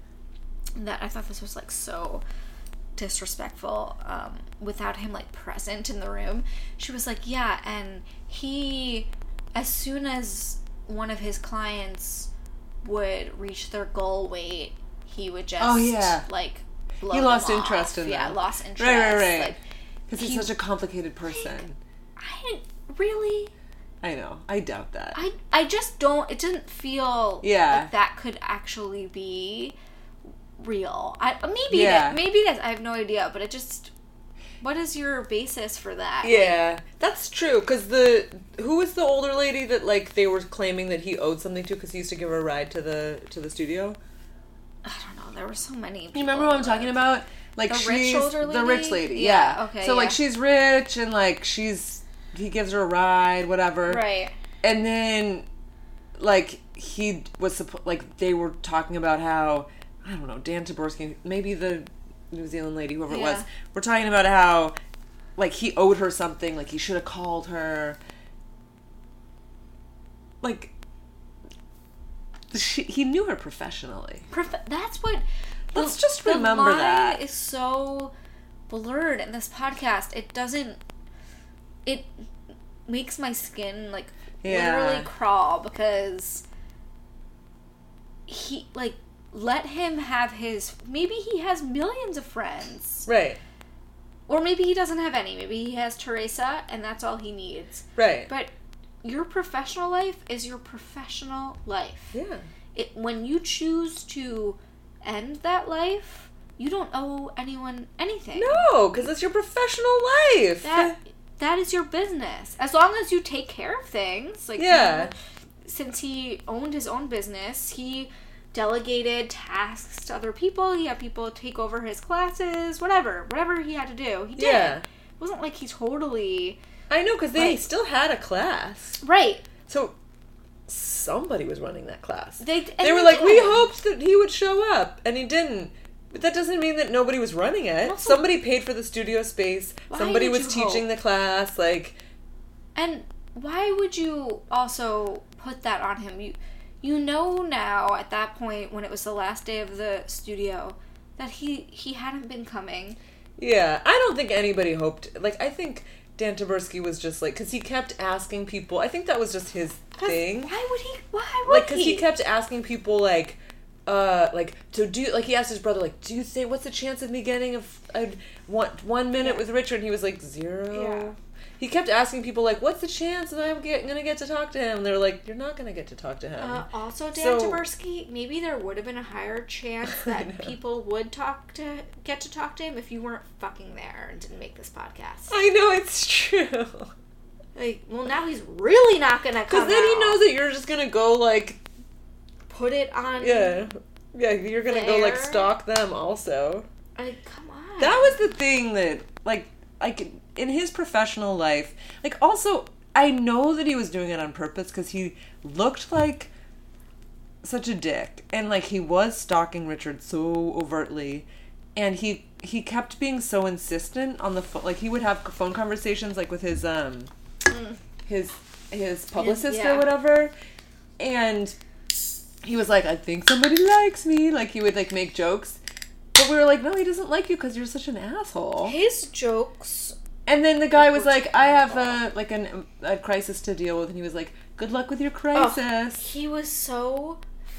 Speaker 1: that i thought this was like so disrespectful um, without him like present in the room she was like yeah and he as soon as one of his clients would reach their goal weight he would just
Speaker 2: Oh, yeah.
Speaker 1: like blow
Speaker 2: He
Speaker 1: them
Speaker 2: lost interest
Speaker 1: off.
Speaker 2: in
Speaker 1: yeah
Speaker 2: them.
Speaker 1: lost interest
Speaker 2: Right, right, right.
Speaker 1: like
Speaker 2: Because he's
Speaker 1: He-
Speaker 2: such a complicated person.
Speaker 1: I didn't really.
Speaker 2: I know. I doubt that.
Speaker 1: I I just don't. It didn't feel
Speaker 2: Yeah.
Speaker 1: like that could actually be real. I maybe
Speaker 2: Yeah.
Speaker 1: that maybe that's I have no idea, but it just. What is your basis for that?
Speaker 2: yeah, that's true. Because the who was the older lady that like they were claiming that he owed something to because he used to give her a ride to the to the studio.
Speaker 1: I don't know. There were so many.
Speaker 2: You remember what I'm talking about? Like
Speaker 1: The rich
Speaker 2: she's
Speaker 1: older
Speaker 2: the rich
Speaker 1: lady?
Speaker 2: lady.
Speaker 1: Yeah,
Speaker 2: Yeah.
Speaker 1: okay,
Speaker 2: So
Speaker 1: yeah.
Speaker 2: like she's rich and like she's he gives her a ride, whatever.
Speaker 1: Right.
Speaker 2: and then like he was suppo- like they were talking about how I don't know Dan Taborski, maybe the New Zealand lady, whoever it
Speaker 1: Yeah.
Speaker 2: was, were talking about how like he owed her something, like he should have called her, like. She, he knew her professionally.
Speaker 1: Prof- that's what.
Speaker 2: Let's just remember
Speaker 1: line
Speaker 2: that.
Speaker 1: is so blurred in this podcast. It doesn't. It makes my skin like
Speaker 2: Yeah.
Speaker 1: literally crawl because he like let him have his. Maybe he has millions of friends,
Speaker 2: Right,
Speaker 1: or maybe he doesn't have any. Maybe he has Teresa, and that's all he needs.
Speaker 2: right.
Speaker 1: But your professional life is your professional life
Speaker 2: yeah.
Speaker 1: it, when you choose to end that life, you don't owe anyone anything.
Speaker 2: No, because it's your professional life.
Speaker 1: That that is your business. As long as you take care of things, like you
Speaker 2: Yeah.
Speaker 1: know, since he owned his own business, he delegated tasks to other people. He had people take over his classes, whatever, whatever he had to do. He did.
Speaker 2: Yeah.
Speaker 1: It wasn't like he totally
Speaker 2: I know, because they
Speaker 1: Right.
Speaker 2: still had a class.
Speaker 1: right.
Speaker 2: So somebody was running that class.
Speaker 1: They and
Speaker 2: they were like, we
Speaker 1: did.
Speaker 2: hoped that he would show up, and he didn't. But that doesn't mean that nobody was running it.
Speaker 1: Also-
Speaker 2: somebody paid for the studio space.
Speaker 1: Why
Speaker 2: Somebody
Speaker 1: did
Speaker 2: was
Speaker 1: you
Speaker 2: teaching the class. Like,
Speaker 1: And why would you also put that on him? You you know now at that point when it was the last day of the studio that he he hadn't been coming.
Speaker 2: yeah, I don't think anybody hoped. Like, I think Dan Taberski was just like, because he kept asking people. I think that was just his
Speaker 1: 'Cause
Speaker 2: thing.
Speaker 1: Why would he? Why would
Speaker 2: Like,
Speaker 1: he?
Speaker 2: because he kept asking people, like, uh, like so do like he asked his brother like do you think what's the chance of me getting a, f- a one one minute with Richard and he was like zero
Speaker 1: Yeah.
Speaker 2: he kept asking people like what's the chance that i'm get, gonna get to talk to him and they were like you're not gonna get to talk to him
Speaker 1: Uh, also, Dan
Speaker 2: Oh. So-
Speaker 1: Taberski, maybe there would have been a higher chance
Speaker 2: [LAUGHS] I
Speaker 1: that
Speaker 2: know.
Speaker 1: people would talk to get to talk to him if you weren't fucking there and didn't make this podcast.
Speaker 2: i know it's
Speaker 1: [LAUGHS]
Speaker 2: true because
Speaker 1: Like, well, now he's really not gonna come.
Speaker 2: then he
Speaker 1: out.
Speaker 2: knows that you're just gonna go like
Speaker 1: Put it on.
Speaker 2: yeah
Speaker 1: Mm-hmm.
Speaker 2: yeah you're gonna go like
Speaker 1: There.
Speaker 2: stalk them also
Speaker 1: Like, come on.
Speaker 2: that was the thing that like like in his professional life like also i know that he was doing it on purpose because he looked like such a dick and like he was stalking richard so overtly and he he kept being so insistent on the phone like he would have phone conversations like with his um
Speaker 1: Mm.
Speaker 2: his his publicist
Speaker 1: yeah.
Speaker 2: or whatever and he was like i think somebody likes me like he would like make jokes But we were like, no, he doesn't like you because you're such an asshole.
Speaker 1: His jokes.
Speaker 2: And then the guy was like, I have a like an, a crisis to deal with, and he was like, good luck
Speaker 1: Oh.
Speaker 2: with your crisis.
Speaker 1: He was so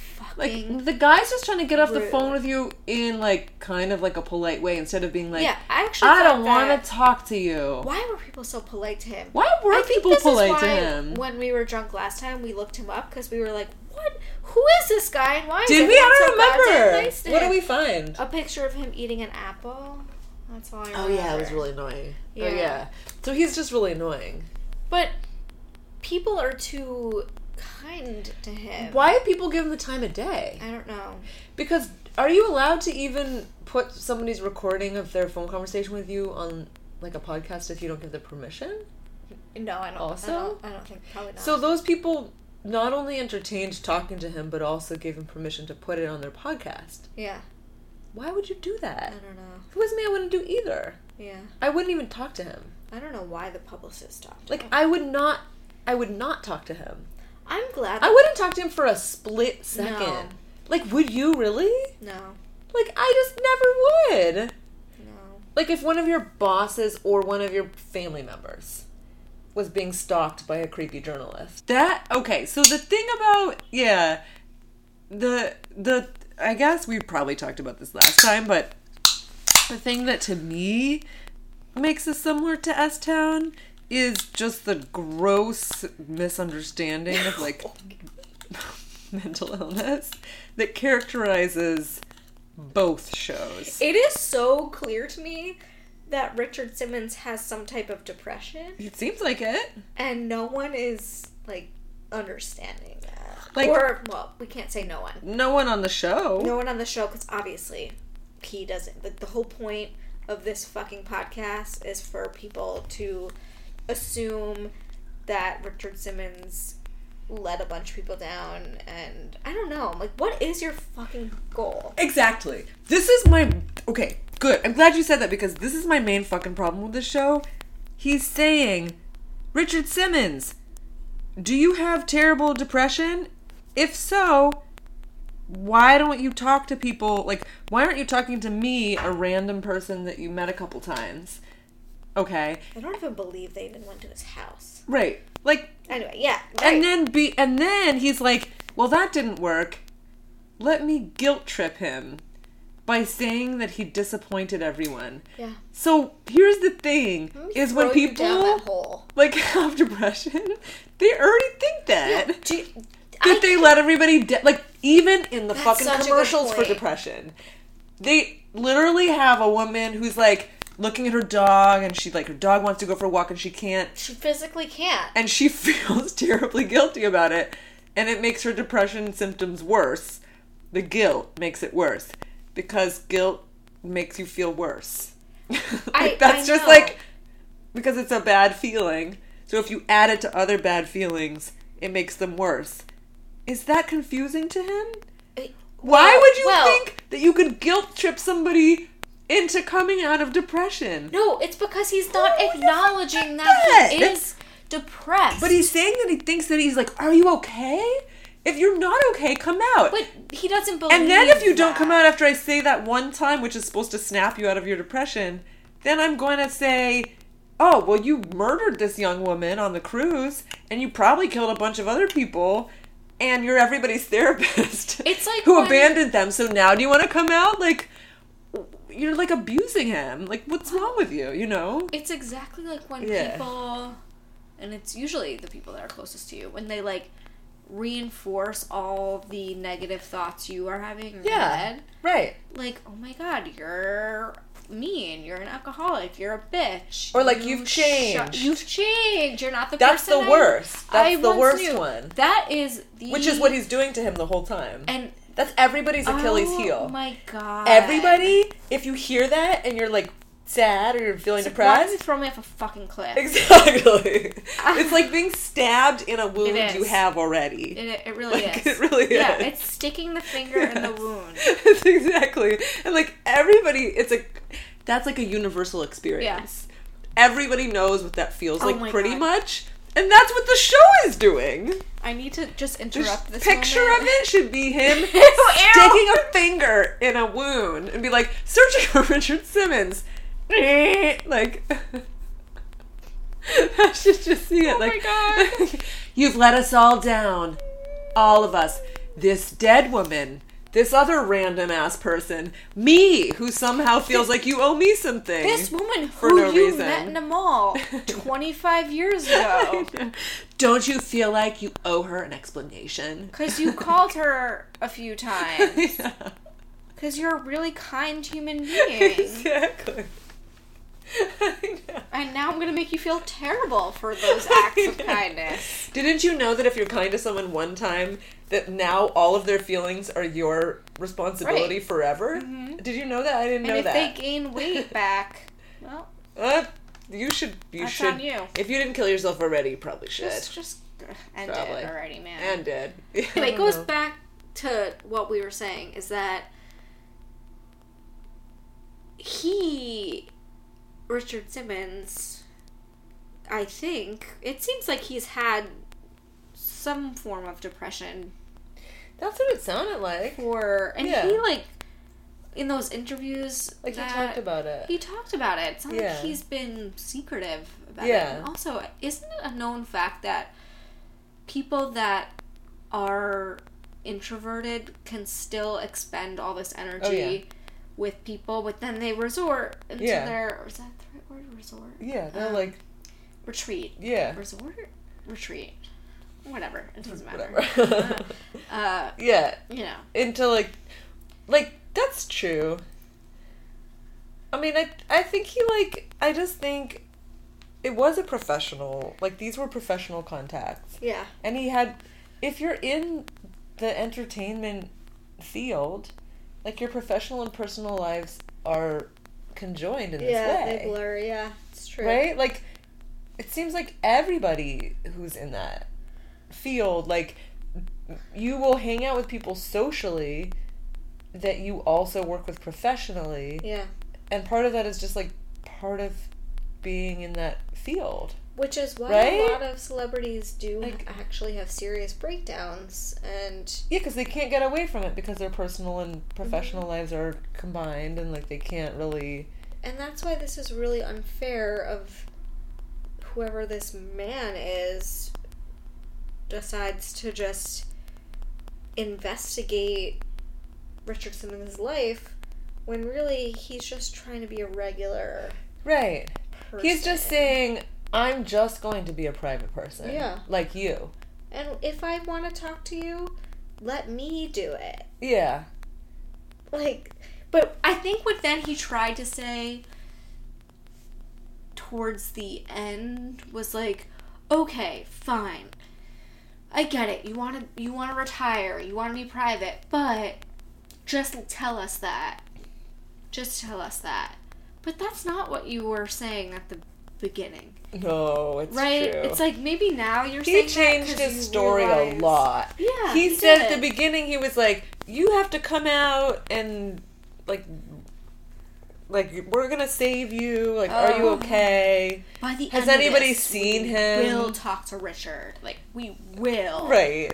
Speaker 1: fucking.
Speaker 2: Like the guy's just trying to get off the
Speaker 1: Rude.
Speaker 2: phone with you in like kind of like a polite way instead of being like,
Speaker 1: yeah, I actually.
Speaker 2: I don't want
Speaker 1: want
Speaker 2: to talk to you.
Speaker 1: Why were people so polite to him?
Speaker 2: Why were
Speaker 1: I think
Speaker 2: people
Speaker 1: this is
Speaker 2: polite to
Speaker 1: why
Speaker 2: him?
Speaker 1: When we were drunk last time, we looked him up because we were like, "What? Who is this guy? And why?"
Speaker 2: Did
Speaker 1: is
Speaker 2: we?
Speaker 1: everyone
Speaker 2: I
Speaker 1: so
Speaker 2: don't
Speaker 1: goddamn
Speaker 2: remember.
Speaker 1: nice to
Speaker 2: what
Speaker 1: him?"
Speaker 2: did we find?
Speaker 1: A picture of him eating an apple. That's all I remember.
Speaker 2: Oh yeah, it was really annoying. Oh
Speaker 1: Yeah.
Speaker 2: yeah. So he's just really annoying.
Speaker 1: But people are too kind to him.
Speaker 2: Why do people give him the time of day?
Speaker 1: I don't know.
Speaker 2: Because are you allowed to even put somebody's recording of their phone conversation with you on like a podcast if you don't give the permission?
Speaker 1: No, I don't.
Speaker 2: Also?
Speaker 1: I don't, I don't think probably not.
Speaker 2: So those people not only entertained talking to him but also gave him permission to put it on their podcast.
Speaker 1: yeah,
Speaker 2: Why would you do
Speaker 1: I
Speaker 2: that?
Speaker 1: don't know.
Speaker 2: If it was me, I wouldn't do either.
Speaker 1: Yeah,
Speaker 2: I wouldn't even talk to him.
Speaker 1: I don't know why the publicist stopped.
Speaker 2: Like I would not I would not talk to him.
Speaker 1: I'm glad.
Speaker 2: I wouldn't talk to him for a split second.
Speaker 1: No.
Speaker 2: Like, would you really?
Speaker 1: No,
Speaker 2: Like, I just never would.
Speaker 1: no.
Speaker 2: Like, if one of your bosses or one of your family members was being stalked by a creepy journalist. That, okay, so the thing about, yeah, the, the, I guess we probably talked about this last time, but the thing that to me makes this similar to S Town is just the gross misunderstanding of [LAUGHS] like mental illness that characterizes both shows.
Speaker 1: It is so clear to me that Richard Simmons has some type of depression,
Speaker 2: It seems like it.
Speaker 1: and no one is like understanding that.
Speaker 2: Like-
Speaker 1: or well, we can't say no one.
Speaker 2: No one on the show.
Speaker 1: No one on the show, because obviously he doesn't. Like the whole point of this fucking podcast is for people to assume that Richard Simmons let a bunch of people down, and I don't know. Like, what is your fucking goal?
Speaker 2: Exactly. This is my okay. Good. I'm glad you said that because this is my main fucking problem with the show. He's saying, Richard Simmons, do you have terrible depression? If so, why don't you talk to people? Like, why aren't you talking to me, a random person that you met a couple times? Okay,
Speaker 1: I don't even believe they even went to his house.
Speaker 2: right. Like,
Speaker 1: Anyway, yeah,
Speaker 2: and
Speaker 1: right.
Speaker 2: then be and then he's like well that didn't work let me guilt trip him by saying that he disappointed everyone
Speaker 1: yeah.
Speaker 2: so here's the thing is when
Speaker 1: Throw you down that
Speaker 2: people
Speaker 1: hole.
Speaker 2: like [LAUGHS] have depression they already think that
Speaker 1: Do you-
Speaker 2: that
Speaker 1: I-
Speaker 2: they let everybody de- like even in the
Speaker 1: That's
Speaker 2: fucking
Speaker 1: such a good
Speaker 2: commercials for
Speaker 1: point.
Speaker 2: depression they literally have a woman who's like looking at her dog and she like her dog wants to go for a walk and she can't
Speaker 1: she physically can't.
Speaker 2: and she [LAUGHS] feels terribly guilty about it and it makes her depression symptoms worse the guilt makes it worse because guilt makes you feel worse [LAUGHS]
Speaker 1: I-
Speaker 2: Like, that's
Speaker 1: I
Speaker 2: just
Speaker 1: know.
Speaker 2: like because it's a bad feeling so if you add it to other bad feelings it makes them worse is that confusing to him why
Speaker 1: Well-
Speaker 2: would you
Speaker 1: well-
Speaker 2: think that you could guilt trip somebody into coming out of depression
Speaker 1: No, it's because he's not
Speaker 2: Who the
Speaker 1: acknowledging
Speaker 2: fuck
Speaker 1: that he
Speaker 2: did?
Speaker 1: is depressed.
Speaker 2: But he's saying that he thinks that he's like, Are you okay? If you're not okay, come out.
Speaker 1: But he doesn't believe.
Speaker 2: and then if you don't come
Speaker 1: that.
Speaker 2: out after I say that one time, which is supposed to snap you out of your depression, then I'm going to say, Oh, well, you murdered this young woman on the cruise, and you probably killed a bunch of other people, and you're everybody's [LAUGHS] therapist.
Speaker 1: It's like
Speaker 2: who
Speaker 1: when-
Speaker 2: abandoned them. So now do you want to come out? Like, you're like abusing him. Like, what's wrong with you? You know?
Speaker 1: it's exactly like when
Speaker 2: Yeah.
Speaker 1: people, and it's usually the people that are closest to you, when they like reinforce all the negative thoughts you are having in your
Speaker 2: Yeah.
Speaker 1: head.
Speaker 2: Right.
Speaker 1: Like, oh my god, you're mean. You're an alcoholic. You're a bitch.
Speaker 2: Or, like,
Speaker 1: You
Speaker 2: you've
Speaker 1: sh-
Speaker 2: changed.
Speaker 1: you've changed. You're not the
Speaker 2: That's
Speaker 1: person.
Speaker 2: the
Speaker 1: I-
Speaker 2: worst. That's
Speaker 1: I
Speaker 2: the
Speaker 1: once
Speaker 2: worst
Speaker 1: knew.
Speaker 2: one.
Speaker 1: That is the
Speaker 2: Which is what he's doing to him the whole time.
Speaker 1: and
Speaker 2: That's everybody's Achilles
Speaker 1: oh
Speaker 2: heel.
Speaker 1: my god.
Speaker 2: Everybody, if you hear that and you're like sad or you're feeling
Speaker 1: It's like, why don't you
Speaker 2: depressed,
Speaker 1: throw me off a fucking cliff.
Speaker 2: [LAUGHS] exactly. it's
Speaker 1: [LAUGHS]
Speaker 2: like being stabbed in a wound
Speaker 1: It
Speaker 2: you
Speaker 1: is.
Speaker 2: have already.
Speaker 1: It, it really
Speaker 2: [LAUGHS] Like,
Speaker 1: is.
Speaker 2: it really
Speaker 1: yeah,
Speaker 2: is.
Speaker 1: it's sticking the finger in
Speaker 2: [LAUGHS]
Speaker 1: the wound.
Speaker 2: It's exactly. And like everybody, it's a that's like a universal experience. Everybody knows what that feels
Speaker 1: Oh
Speaker 2: like
Speaker 1: my
Speaker 2: pretty
Speaker 1: God.
Speaker 2: much. And that's what the show is doing.
Speaker 1: I need to just
Speaker 2: The
Speaker 1: interrupt this
Speaker 2: picture
Speaker 1: moment.
Speaker 2: of it should be him
Speaker 1: [LAUGHS] Ew, ew.
Speaker 2: sticking a finger in a wound and be like, searching for [LAUGHS] Richard Simmons. [LAUGHS] Like, [LAUGHS] I should just see it.
Speaker 1: Oh my
Speaker 2: like,
Speaker 1: God.
Speaker 2: [LAUGHS] you've let us all down. All of us. This dead woman. This other random ass person. Me, who somehow feels like you owe me something. [LAUGHS]
Speaker 1: This woman
Speaker 2: For
Speaker 1: who
Speaker 2: no
Speaker 1: you
Speaker 2: reason.
Speaker 1: met in a
Speaker 2: [LAUGHS]
Speaker 1: mall 25 years ago
Speaker 2: Don't you feel like you owe her an explanation?
Speaker 1: because you
Speaker 2: [LAUGHS]
Speaker 1: called her a few times
Speaker 2: Yeah.
Speaker 1: because you're a really kind human being.
Speaker 2: [LAUGHS] Exactly. I know.
Speaker 1: And now I'm gonna make you feel terrible
Speaker 2: [LAUGHS]
Speaker 1: for those acts of kindness.
Speaker 2: Didn't you know that if you're kind to someone one time, that now all of their feelings are your responsibility
Speaker 1: Right. Mm-hmm.
Speaker 2: forever? Did you know that? I didn't
Speaker 1: And
Speaker 2: know
Speaker 1: if
Speaker 2: that.
Speaker 1: they gain weight back, well,
Speaker 2: Uh, you should. You
Speaker 1: That's
Speaker 2: should.
Speaker 1: on you.
Speaker 2: If you didn't kill yourself already, you probably should.
Speaker 1: just just ugh, end
Speaker 2: Probably.
Speaker 1: it already, man.
Speaker 2: and did. [LAUGHS]
Speaker 1: anyway, it goes back to what we were saying is that he, Richard Simmons, I think, it seems like he's had some form of depression
Speaker 2: That's what it sounded like.
Speaker 1: for, and he,
Speaker 2: Yeah.
Speaker 1: like, in those interviews,
Speaker 2: Like you
Speaker 1: that-
Speaker 2: talked about it.
Speaker 1: He talked about it. It's not
Speaker 2: Yeah.
Speaker 1: like he's been secretive about
Speaker 2: Yeah.
Speaker 1: it. And also, isn't it a known fact that people that are introverted can still expend all this energy
Speaker 2: Oh,
Speaker 1: with people, but then they resort into
Speaker 2: Yeah.
Speaker 1: their is that the right word? Resort?
Speaker 2: yeah, they're
Speaker 1: Um,
Speaker 2: like
Speaker 1: Retreat.
Speaker 2: yeah,
Speaker 1: Resort? Retreat. Whatever. It doesn't matter.
Speaker 2: whatever. [LAUGHS]
Speaker 1: [LAUGHS] Uh,
Speaker 2: yeah,
Speaker 1: you know.
Speaker 2: into like like that's true i mean i i think he like i just think it was a professional like these were professional contacts
Speaker 4: Yeah.
Speaker 2: and he had if you're in the entertainment field like your professional and personal lives are conjoined in
Speaker 4: Yeah,
Speaker 2: this
Speaker 4: they
Speaker 2: way
Speaker 4: blur. Yeah, it's true.
Speaker 2: right like it seems like everybody who's in that field like you will hang out with people socially that you also work with professionally
Speaker 4: Yeah.
Speaker 2: and part of that is just like part of being in that field
Speaker 4: Which is why
Speaker 2: Right?
Speaker 4: a lot of celebrities do
Speaker 2: Like-
Speaker 4: actually have serious breakdowns and
Speaker 2: yeah because they can't get away from it because their personal and professional
Speaker 4: Mm-hmm.
Speaker 2: lives are combined and like they can't really
Speaker 4: and that's why this is really unfair of whoever this man is decides to just investigate Richard Simmons' life when really he's just trying to be a regular
Speaker 2: right
Speaker 4: person.
Speaker 2: he's just saying i'm just going to be a private person
Speaker 4: Yeah.
Speaker 2: like you
Speaker 4: And if I want to talk to you, let me do it.
Speaker 2: yeah
Speaker 4: Like,
Speaker 1: But I think what then he tried to say towards the end was like, okay, fine. I get it. You want to you want to retire. You want to be private, but just tell us that. Just tell us that. But that's not what you were saying at the beginning,
Speaker 2: no it's
Speaker 1: right?
Speaker 2: true.
Speaker 1: It's like maybe now you're
Speaker 2: He
Speaker 1: saying
Speaker 2: changed his story a lot.
Speaker 1: Yeah,
Speaker 2: he,
Speaker 1: he
Speaker 2: said
Speaker 1: did.
Speaker 2: at the beginning he was like, "You have to come out and like, like we're gonna save you. Like, are you
Speaker 1: Oh.
Speaker 2: okay?
Speaker 1: By the
Speaker 2: Has
Speaker 1: end of
Speaker 2: anybody
Speaker 1: this,
Speaker 2: seen
Speaker 1: we
Speaker 2: him?
Speaker 1: We'll talk to Richard. Like we will.
Speaker 2: Right?"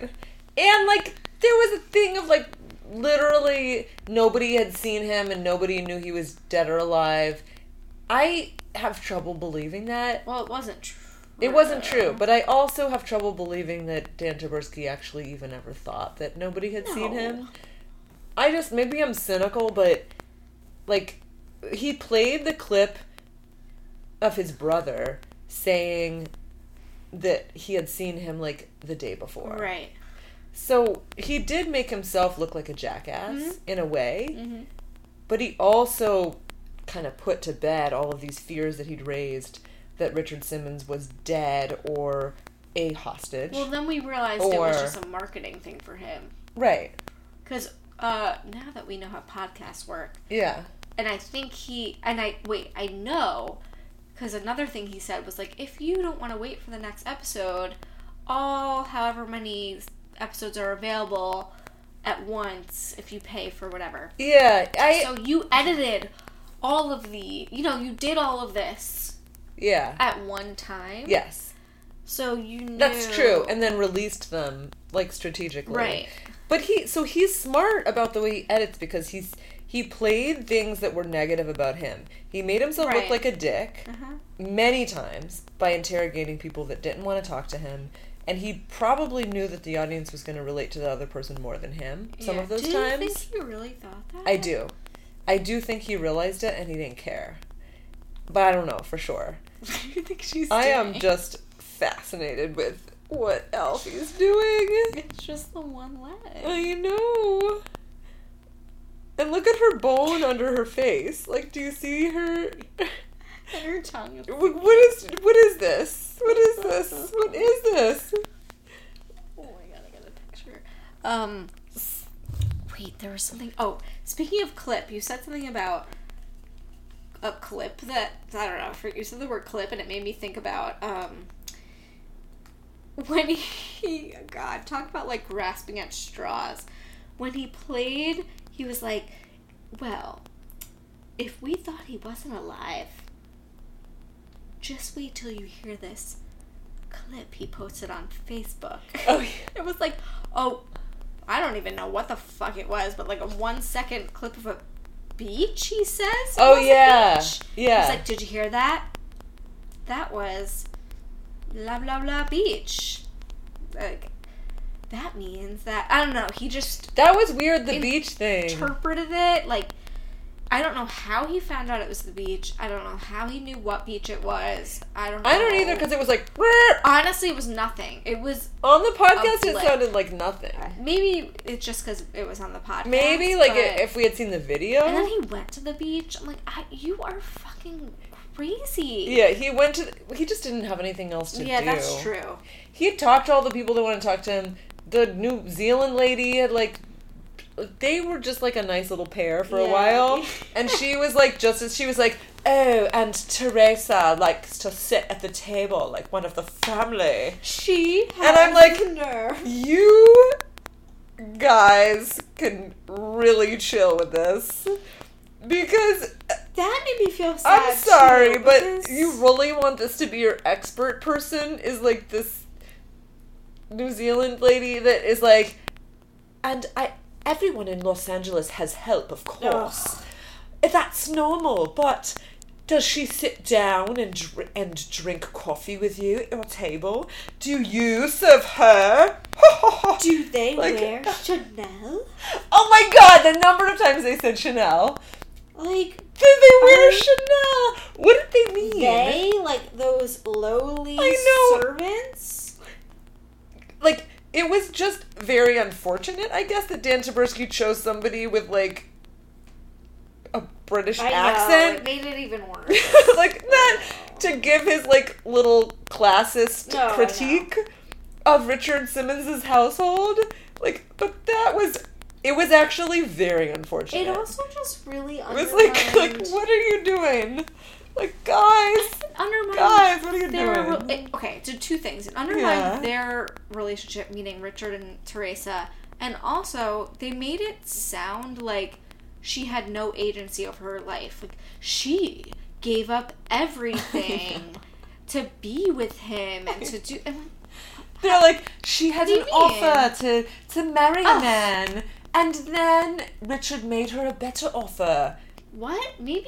Speaker 2: And like, there was a thing of like, literally nobody had seen him and nobody knew he was dead or alive. I have trouble believing that.
Speaker 1: Well, it wasn't true.
Speaker 2: It wasn't true, but I also have trouble believing that Dan Taberski actually even ever thought that nobody had seen
Speaker 1: No.
Speaker 2: him. I just maybe I'm cynical, but like he played the clip of his brother saying that he had seen him like the day before.
Speaker 1: Right.
Speaker 2: So he did make himself look like a jackass
Speaker 1: Mm-hmm.
Speaker 2: in a way,
Speaker 1: Mhm.
Speaker 2: but he also kind of put to bed all of these fears that he'd raised that Richard Simmons was dead or a hostage.
Speaker 1: Well, then we realized it was
Speaker 2: Or-
Speaker 1: just a marketing thing for him.
Speaker 2: right.
Speaker 1: Because uh, now that we know how podcasts work,
Speaker 2: Yeah.
Speaker 1: and I think he, and I, wait, I know, because another thing he said was like, if you don't want to wait for the next episode, all however many episodes are available at once if you pay for whatever.
Speaker 2: Yeah. I
Speaker 1: So you edited all of the, you know, you did all of this
Speaker 2: yeah.
Speaker 1: at one time.
Speaker 2: yes.
Speaker 1: So you know.
Speaker 2: That's true. And then released them like strategically.
Speaker 1: Right.
Speaker 2: But he so he's smart about the way he edits because he's he played things that were negative about him. He made himself
Speaker 1: Right.
Speaker 2: look like a dick
Speaker 1: Uh-huh.
Speaker 2: many times by interrogating people that didn't want to talk to him. And he probably knew that the audience was going to relate to the other person more than him some
Speaker 1: Yeah.
Speaker 2: of those
Speaker 1: Do
Speaker 2: times.
Speaker 1: you think you really thought that?
Speaker 2: I do. I do think he realized it and he didn't care. But I don't know for sure.
Speaker 1: What [LAUGHS] do you think she's
Speaker 2: I am
Speaker 1: doing?
Speaker 2: just fascinated with what Alfie's doing.
Speaker 1: It's just the one leg.
Speaker 2: I know. And look at her bone under her face. Like, do you see her? [LAUGHS]
Speaker 1: And her tongue. is-
Speaker 2: Wh- What is what is this? What is this? What is this?
Speaker 1: Oh my god, I got a picture. Um, wait, there was something. Oh, speaking of clip, you said something about a clip that I don't know. I forget- You said the word clip, and it made me think about um when [LAUGHS] he God talk about like grasping at straws. When he played, he was like, "Well, if we thought he wasn't alive, just wait till you hear this." clip he posted on Facebook.
Speaker 2: Oh, yeah.
Speaker 1: [LAUGHS] It was like, oh, I don't even know what the fuck it was, but like a one second clip of a beach, he says. It
Speaker 2: Oh
Speaker 1: was a
Speaker 2: yeah,
Speaker 1: beach. He's
Speaker 2: yeah.
Speaker 1: like, did you hear that? That was blah blah blah beach. Like, that means that. I don't know. He just
Speaker 2: That was weird. The
Speaker 1: In-
Speaker 2: beach thing.
Speaker 1: interpreted it. Like, I don't know how he found out it was the beach. I don't know how he knew what beach it was. I don't know.
Speaker 2: I don't either because it was like "Brrr."
Speaker 1: Honestly, it was nothing. It was
Speaker 2: on the podcast. It
Speaker 1: blip.
Speaker 2: sounded like nothing.
Speaker 1: Maybe it's just because it was on the podcast.
Speaker 2: Maybe like
Speaker 1: but-
Speaker 2: i if we had seen the video.
Speaker 1: And then he went to the beach. I'm like, I, you are fucking crazy.
Speaker 2: yeah, he went to. The, he just didn't have anything else to
Speaker 1: yeah,
Speaker 2: do.
Speaker 1: that's true.
Speaker 2: He had talked to all the people that wanted to talk to him. The New Zealand lady had like. They were just like a nice little pair for a
Speaker 1: Yeah.
Speaker 2: while, and she was like, just as she was like, oh, and Teresa likes to sit at the table like one of the family.
Speaker 1: She has
Speaker 2: And I'm like-
Speaker 1: the nerve.
Speaker 2: You guys can really chill with this because
Speaker 1: That made me feel sad.
Speaker 2: I'm sorry,
Speaker 1: too,
Speaker 2: but
Speaker 1: because-
Speaker 2: you really want this to be your expert person? Is like this New Zealand lady that is like, and I. Everyone in Los Angeles has help, of course. That's normal, but does she sit down and dr- and drink coffee with you at your table? Do you serve her? [LAUGHS]
Speaker 5: Do they
Speaker 2: Like-
Speaker 5: wear Chanel?
Speaker 2: [LAUGHS] oh my god, the number of times they said Chanel.
Speaker 5: Like
Speaker 2: Did they wear
Speaker 5: Um,
Speaker 2: Chanel? What did Uh-huh. they mean?
Speaker 5: they, like those lowly
Speaker 2: I know.
Speaker 5: servants?
Speaker 2: like it was just very unfortunate, I guess, that Dan Taberski chose somebody with like a British
Speaker 1: I know,
Speaker 2: accent, [LAUGHS]
Speaker 1: it made it even worse.
Speaker 2: like that, to give his like little classist
Speaker 1: No, I know.
Speaker 2: critique of Richard Simmons's household. Like, but that was it was actually very unfortunate.
Speaker 5: It also just really
Speaker 2: It was like [LAUGHS] like
Speaker 5: undermined-
Speaker 2: what are you doing? Like guys,
Speaker 1: Undermined
Speaker 2: guys, what are you
Speaker 1: their
Speaker 2: doing?
Speaker 1: re- it- okay, so two things. It undermined
Speaker 2: Yeah.
Speaker 1: their relationship, meaning Richard and Teresa, and also they made it sound like she had no agency over her life. Like she gave up
Speaker 2: [LAUGHS]
Speaker 1: everything to be with him and to do. And
Speaker 2: They're like, she had
Speaker 1: do
Speaker 2: an
Speaker 1: you mean?
Speaker 2: offer to to marry a
Speaker 1: Ugh.
Speaker 2: man, and then Richard made her a better offer,
Speaker 1: what? Maybe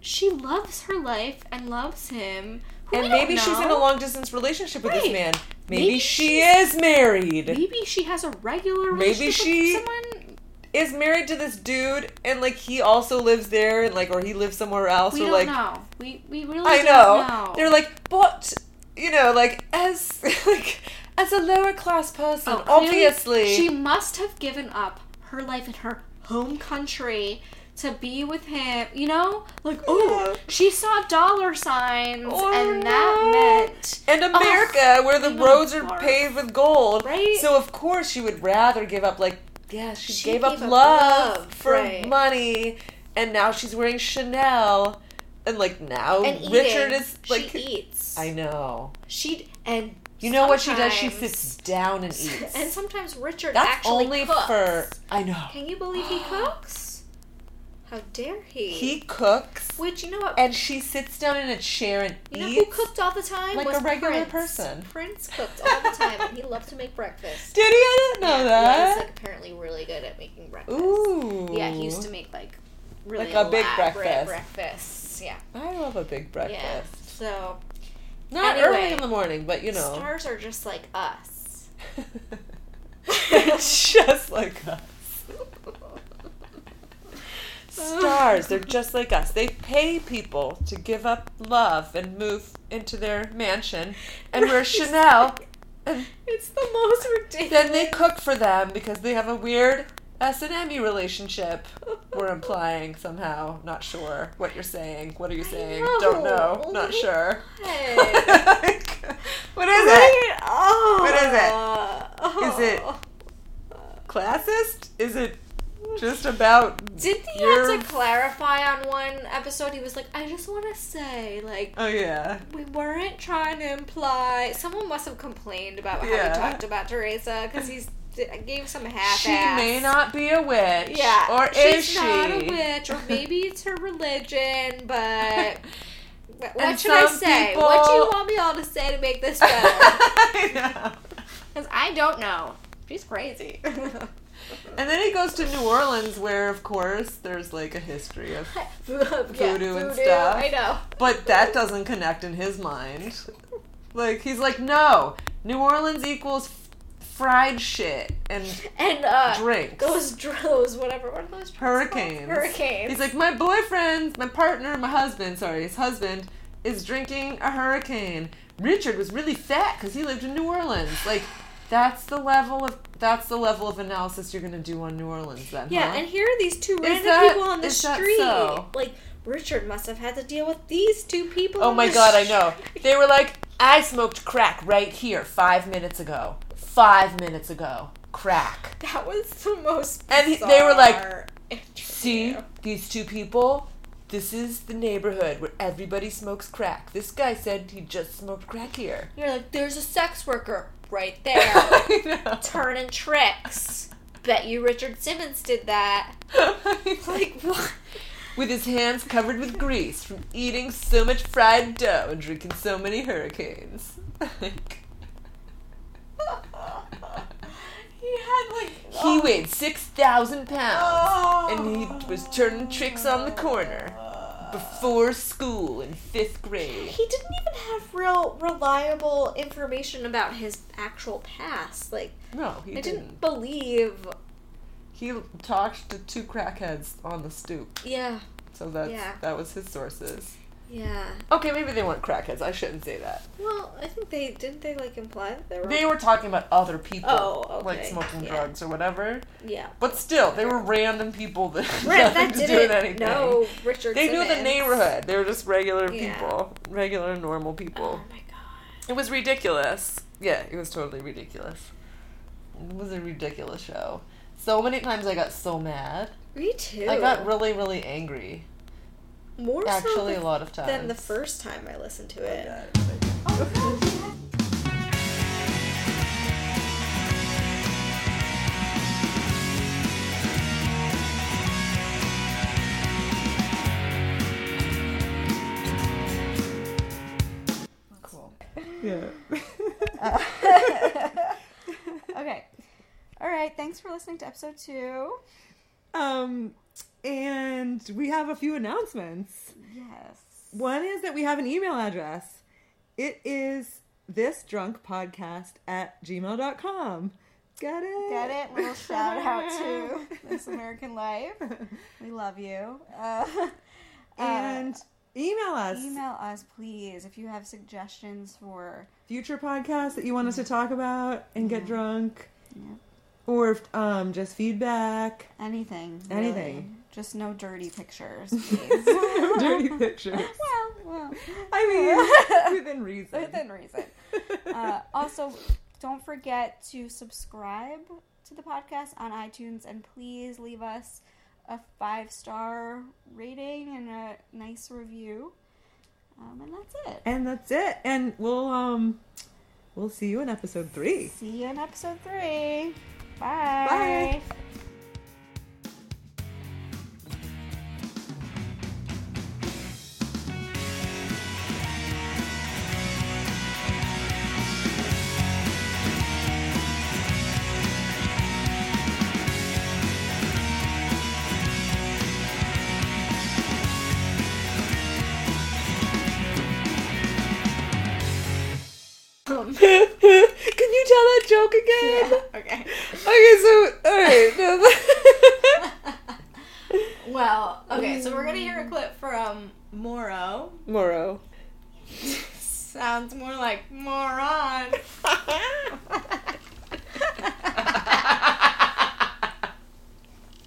Speaker 1: she loves her life and loves him. who we
Speaker 2: and
Speaker 1: don't
Speaker 2: maybe she's in a
Speaker 1: know.
Speaker 2: long distance relationship with
Speaker 1: Right.
Speaker 2: this man. Maybe,
Speaker 1: Maybe
Speaker 2: she is married.
Speaker 1: Maybe she has a regular
Speaker 2: Maybe
Speaker 1: relationship
Speaker 2: she-
Speaker 1: with someone
Speaker 2: Is married to this dude, and like he also lives there, and like or he lives somewhere else,
Speaker 1: we
Speaker 2: or
Speaker 1: don't
Speaker 2: like
Speaker 1: know. We we really
Speaker 2: I
Speaker 1: don't
Speaker 2: know.
Speaker 1: know.
Speaker 2: They're like, but you know, like as [LAUGHS] like as a lower class person,
Speaker 1: Oh, clearly
Speaker 2: obviously
Speaker 1: She must have given up her life in her home country to be with him, you know? Like, oh,
Speaker 2: Yeah.
Speaker 1: she saw dollar signs
Speaker 2: Oh,
Speaker 1: and
Speaker 2: no.
Speaker 1: that meant.
Speaker 2: And America, where the
Speaker 1: even
Speaker 2: roads are
Speaker 1: more.
Speaker 2: paved with gold.
Speaker 1: Right?
Speaker 2: So of course she would rather give up like yeah, she,
Speaker 5: She
Speaker 2: gave, up
Speaker 5: gave up
Speaker 2: love,
Speaker 5: love,
Speaker 2: for
Speaker 5: right.
Speaker 2: money and now she's wearing Chanel and like now
Speaker 5: and eating.
Speaker 2: Richard is like
Speaker 5: she eats.
Speaker 2: I know.
Speaker 5: she and
Speaker 2: You know what she does? She
Speaker 1: Sometimes.
Speaker 2: sits down and
Speaker 1: [LAUGHS]
Speaker 2: eats.
Speaker 5: and sometimes Richard
Speaker 2: That's
Speaker 5: actually
Speaker 2: only
Speaker 5: cooks.
Speaker 2: for I know.
Speaker 5: Can you believe he cooks?
Speaker 1: How dare he?
Speaker 2: [GASPS] He cooks,
Speaker 1: Which you know what?
Speaker 2: and she sits down in a chair and
Speaker 1: you know who
Speaker 2: eats.
Speaker 1: cooked all the time?
Speaker 2: like
Speaker 1: was
Speaker 2: a regular
Speaker 1: Prince.
Speaker 2: person.
Speaker 1: Prince cooked all the time, and he loved to make breakfast.
Speaker 2: Did he? I didn't know
Speaker 1: Yeah,
Speaker 2: that.
Speaker 1: He was like apparently really good at making breakfast.
Speaker 2: Ooh.
Speaker 1: Yeah, he used to make like really
Speaker 2: Like a big
Speaker 1: elaborate
Speaker 2: breakfast.
Speaker 1: breakfasts. Yeah.
Speaker 2: I love a big
Speaker 1: Yeah.
Speaker 2: breakfast.
Speaker 1: So
Speaker 2: Not
Speaker 1: Anyway.
Speaker 2: early in the morning, but you know.
Speaker 1: stars are just like us.
Speaker 2: [LAUGHS] It's just like us. Stars, [LAUGHS] they're just like us. They pay people to give up love and move into their mansion [LAUGHS]
Speaker 1: [LAUGHS]
Speaker 2: and wear
Speaker 1: Right.
Speaker 2: Chanel. And
Speaker 1: It's the most ridiculous.
Speaker 2: then they cook for them because they have a weird S and M relationship. We're implying somehow. Not sure what you're saying. What are you saying? Don't
Speaker 1: know.
Speaker 2: know.
Speaker 1: Oh
Speaker 2: Not
Speaker 1: my
Speaker 2: sure.
Speaker 1: Hey.
Speaker 2: [LAUGHS] Like, what is
Speaker 1: [LAUGHS]
Speaker 2: it?
Speaker 1: Right? Oh.
Speaker 2: What is it?
Speaker 1: Oh.
Speaker 2: Is it- Classist? Is it just about
Speaker 1: Didn't he
Speaker 2: You're-
Speaker 1: have to clarify on one episode? He was like, I just want to say, like,
Speaker 2: Oh yeah.
Speaker 1: we weren't trying to imply. Someone must have complained about how
Speaker 2: Yeah.
Speaker 1: he talked about Teresa because he gave some half
Speaker 2: She may not be a witch.
Speaker 1: Yeah.
Speaker 2: Or is
Speaker 1: She's
Speaker 2: she?
Speaker 1: not a witch, or
Speaker 2: [LAUGHS]
Speaker 1: maybe it's her religion, but. What
Speaker 2: And
Speaker 1: should I
Speaker 2: some
Speaker 1: say? What do you
Speaker 2: people-
Speaker 1: want me all to say to make this
Speaker 2: [LAUGHS]
Speaker 1: better?
Speaker 2: I know.
Speaker 1: Because I don't know. She's
Speaker 2: [LAUGHS]
Speaker 1: crazy. [LAUGHS]
Speaker 2: And then he goes to New Orleans, where of course there's like a history of, Voodoo and stuff.
Speaker 1: I know.
Speaker 2: but that doesn't connect in his mind. Like he's like, no, New Orleans equals f- fried shit and
Speaker 1: And uh,
Speaker 2: drinks.
Speaker 1: those drills, whatever. What are those? drills called?
Speaker 2: Hurricanes.
Speaker 1: Hurricanes.
Speaker 2: He's like, my boyfriend, my partner, my husband, sorry, his husband is drinking a hurricane. Richard was really fat because he lived in New Orleans. Like, that's the level of that's the level of analysis you're gonna do on New Orleans then.
Speaker 1: yeah,
Speaker 2: huh?
Speaker 1: and here are these two random
Speaker 2: that-
Speaker 1: people on the
Speaker 2: is that
Speaker 1: street.
Speaker 2: so?
Speaker 1: Like Richard must have had to deal with these two people.
Speaker 2: Oh
Speaker 1: on
Speaker 2: my
Speaker 1: the
Speaker 2: god, I
Speaker 1: street.
Speaker 2: know. They were like, I smoked crack right here five minutes ago. Five minutes ago. Crack.
Speaker 1: [LAUGHS] That was the most.
Speaker 2: And he- they were like,
Speaker 1: bizarre
Speaker 2: See
Speaker 1: interview.
Speaker 2: these two people? This is the neighborhood where everybody smokes crack. This guy said he just smoked crack here.
Speaker 1: You're like, there's a sex worker [LAUGHS] right there,
Speaker 2: I know.
Speaker 1: turning tricks. Bet you Richard Simmons did that.
Speaker 2: [LAUGHS]
Speaker 1: Like what?
Speaker 2: with his hands covered with grease from eating so much fried dough and drinking so many hurricanes.
Speaker 1: [LAUGHS] He had like.
Speaker 2: he weighed 6,000 pounds and he
Speaker 1: Oh.
Speaker 2: was turning tricks on the corner before school in fifth grade.
Speaker 1: He didn't even have real reliable information about his actual past. Like
Speaker 2: No, he
Speaker 1: I
Speaker 2: didn't.
Speaker 1: didn't believe.
Speaker 2: He talked to two crackheads on the stoop,
Speaker 1: Yeah,
Speaker 2: so that's,
Speaker 1: Yeah.
Speaker 2: that was his sources.
Speaker 1: yeah.
Speaker 2: Okay, maybe they weren't crackheads. I shouldn't say that.
Speaker 1: Well, I think they didn't they like imply that they were.
Speaker 2: They were talking about other people,
Speaker 1: Oh,
Speaker 2: like
Speaker 1: okay.
Speaker 2: smoking
Speaker 1: Yeah.
Speaker 2: drugs or whatever.
Speaker 1: yeah.
Speaker 2: [LAUGHS] But still, they were random people [LAUGHS] that had
Speaker 1: Right,
Speaker 2: nothing
Speaker 1: that
Speaker 2: to do with
Speaker 1: didn't
Speaker 2: anything.
Speaker 1: know Richard.
Speaker 2: They knew the
Speaker 1: Simmons.
Speaker 2: neighborhood. They were just regular
Speaker 1: Yeah.
Speaker 2: people, regular normal
Speaker 1: Oh
Speaker 2: people.
Speaker 1: my god.
Speaker 2: It was ridiculous. Yeah, it was totally ridiculous. It was a ridiculous show. So many times I got so mad.
Speaker 1: Me too.
Speaker 2: I got really, really angry.
Speaker 1: more
Speaker 2: Actually, a
Speaker 1: so
Speaker 2: lot of times.
Speaker 1: than the first time I listened
Speaker 2: Oh,
Speaker 1: to it.
Speaker 2: [LAUGHS] Cool. Yeah.
Speaker 1: [LAUGHS] Okay. All right. Thanks for listening to episode two.
Speaker 2: Um, and we have a few announcements.
Speaker 1: Yes.
Speaker 2: One is that we have an email address. It is thisdrunkpodcast at gmail.com. Got it?
Speaker 1: Get
Speaker 2: [LAUGHS]
Speaker 1: it? Little shout out to This American Life. We love you. Uh,
Speaker 2: [LAUGHS]
Speaker 1: [LAUGHS]
Speaker 2: And email us
Speaker 1: email us, please, if you have suggestions for.
Speaker 2: future podcasts that you want us to talk about and get drunk.
Speaker 1: Yeah.
Speaker 2: Or if, um, just
Speaker 1: [LAUGHS]
Speaker 2: feedback, [LAUGHS]
Speaker 1: Anything. really.
Speaker 2: anything.
Speaker 1: Just no dirty pictures, please.
Speaker 2: Dirty pictures.
Speaker 1: well, well, [LAUGHS]
Speaker 2: I mean, within reason.
Speaker 1: within reason. Uh, also, don't forget to subscribe to the podcast on iTunes and please leave us a five star rating and a nice review. Um, and that's it.
Speaker 2: and that's it. And we'll um, we'll see you in episode three. [LAUGHS]
Speaker 1: See you in episode three. Bye.
Speaker 2: Bye. Can you tell that joke again?
Speaker 1: [LAUGHS] Okay.
Speaker 2: Okay, so all right. No,
Speaker 1: [LAUGHS] well, okay, so we're gonna hear a clip from Moro.
Speaker 2: [LAUGHS] Morrow.
Speaker 1: Sounds more like moron.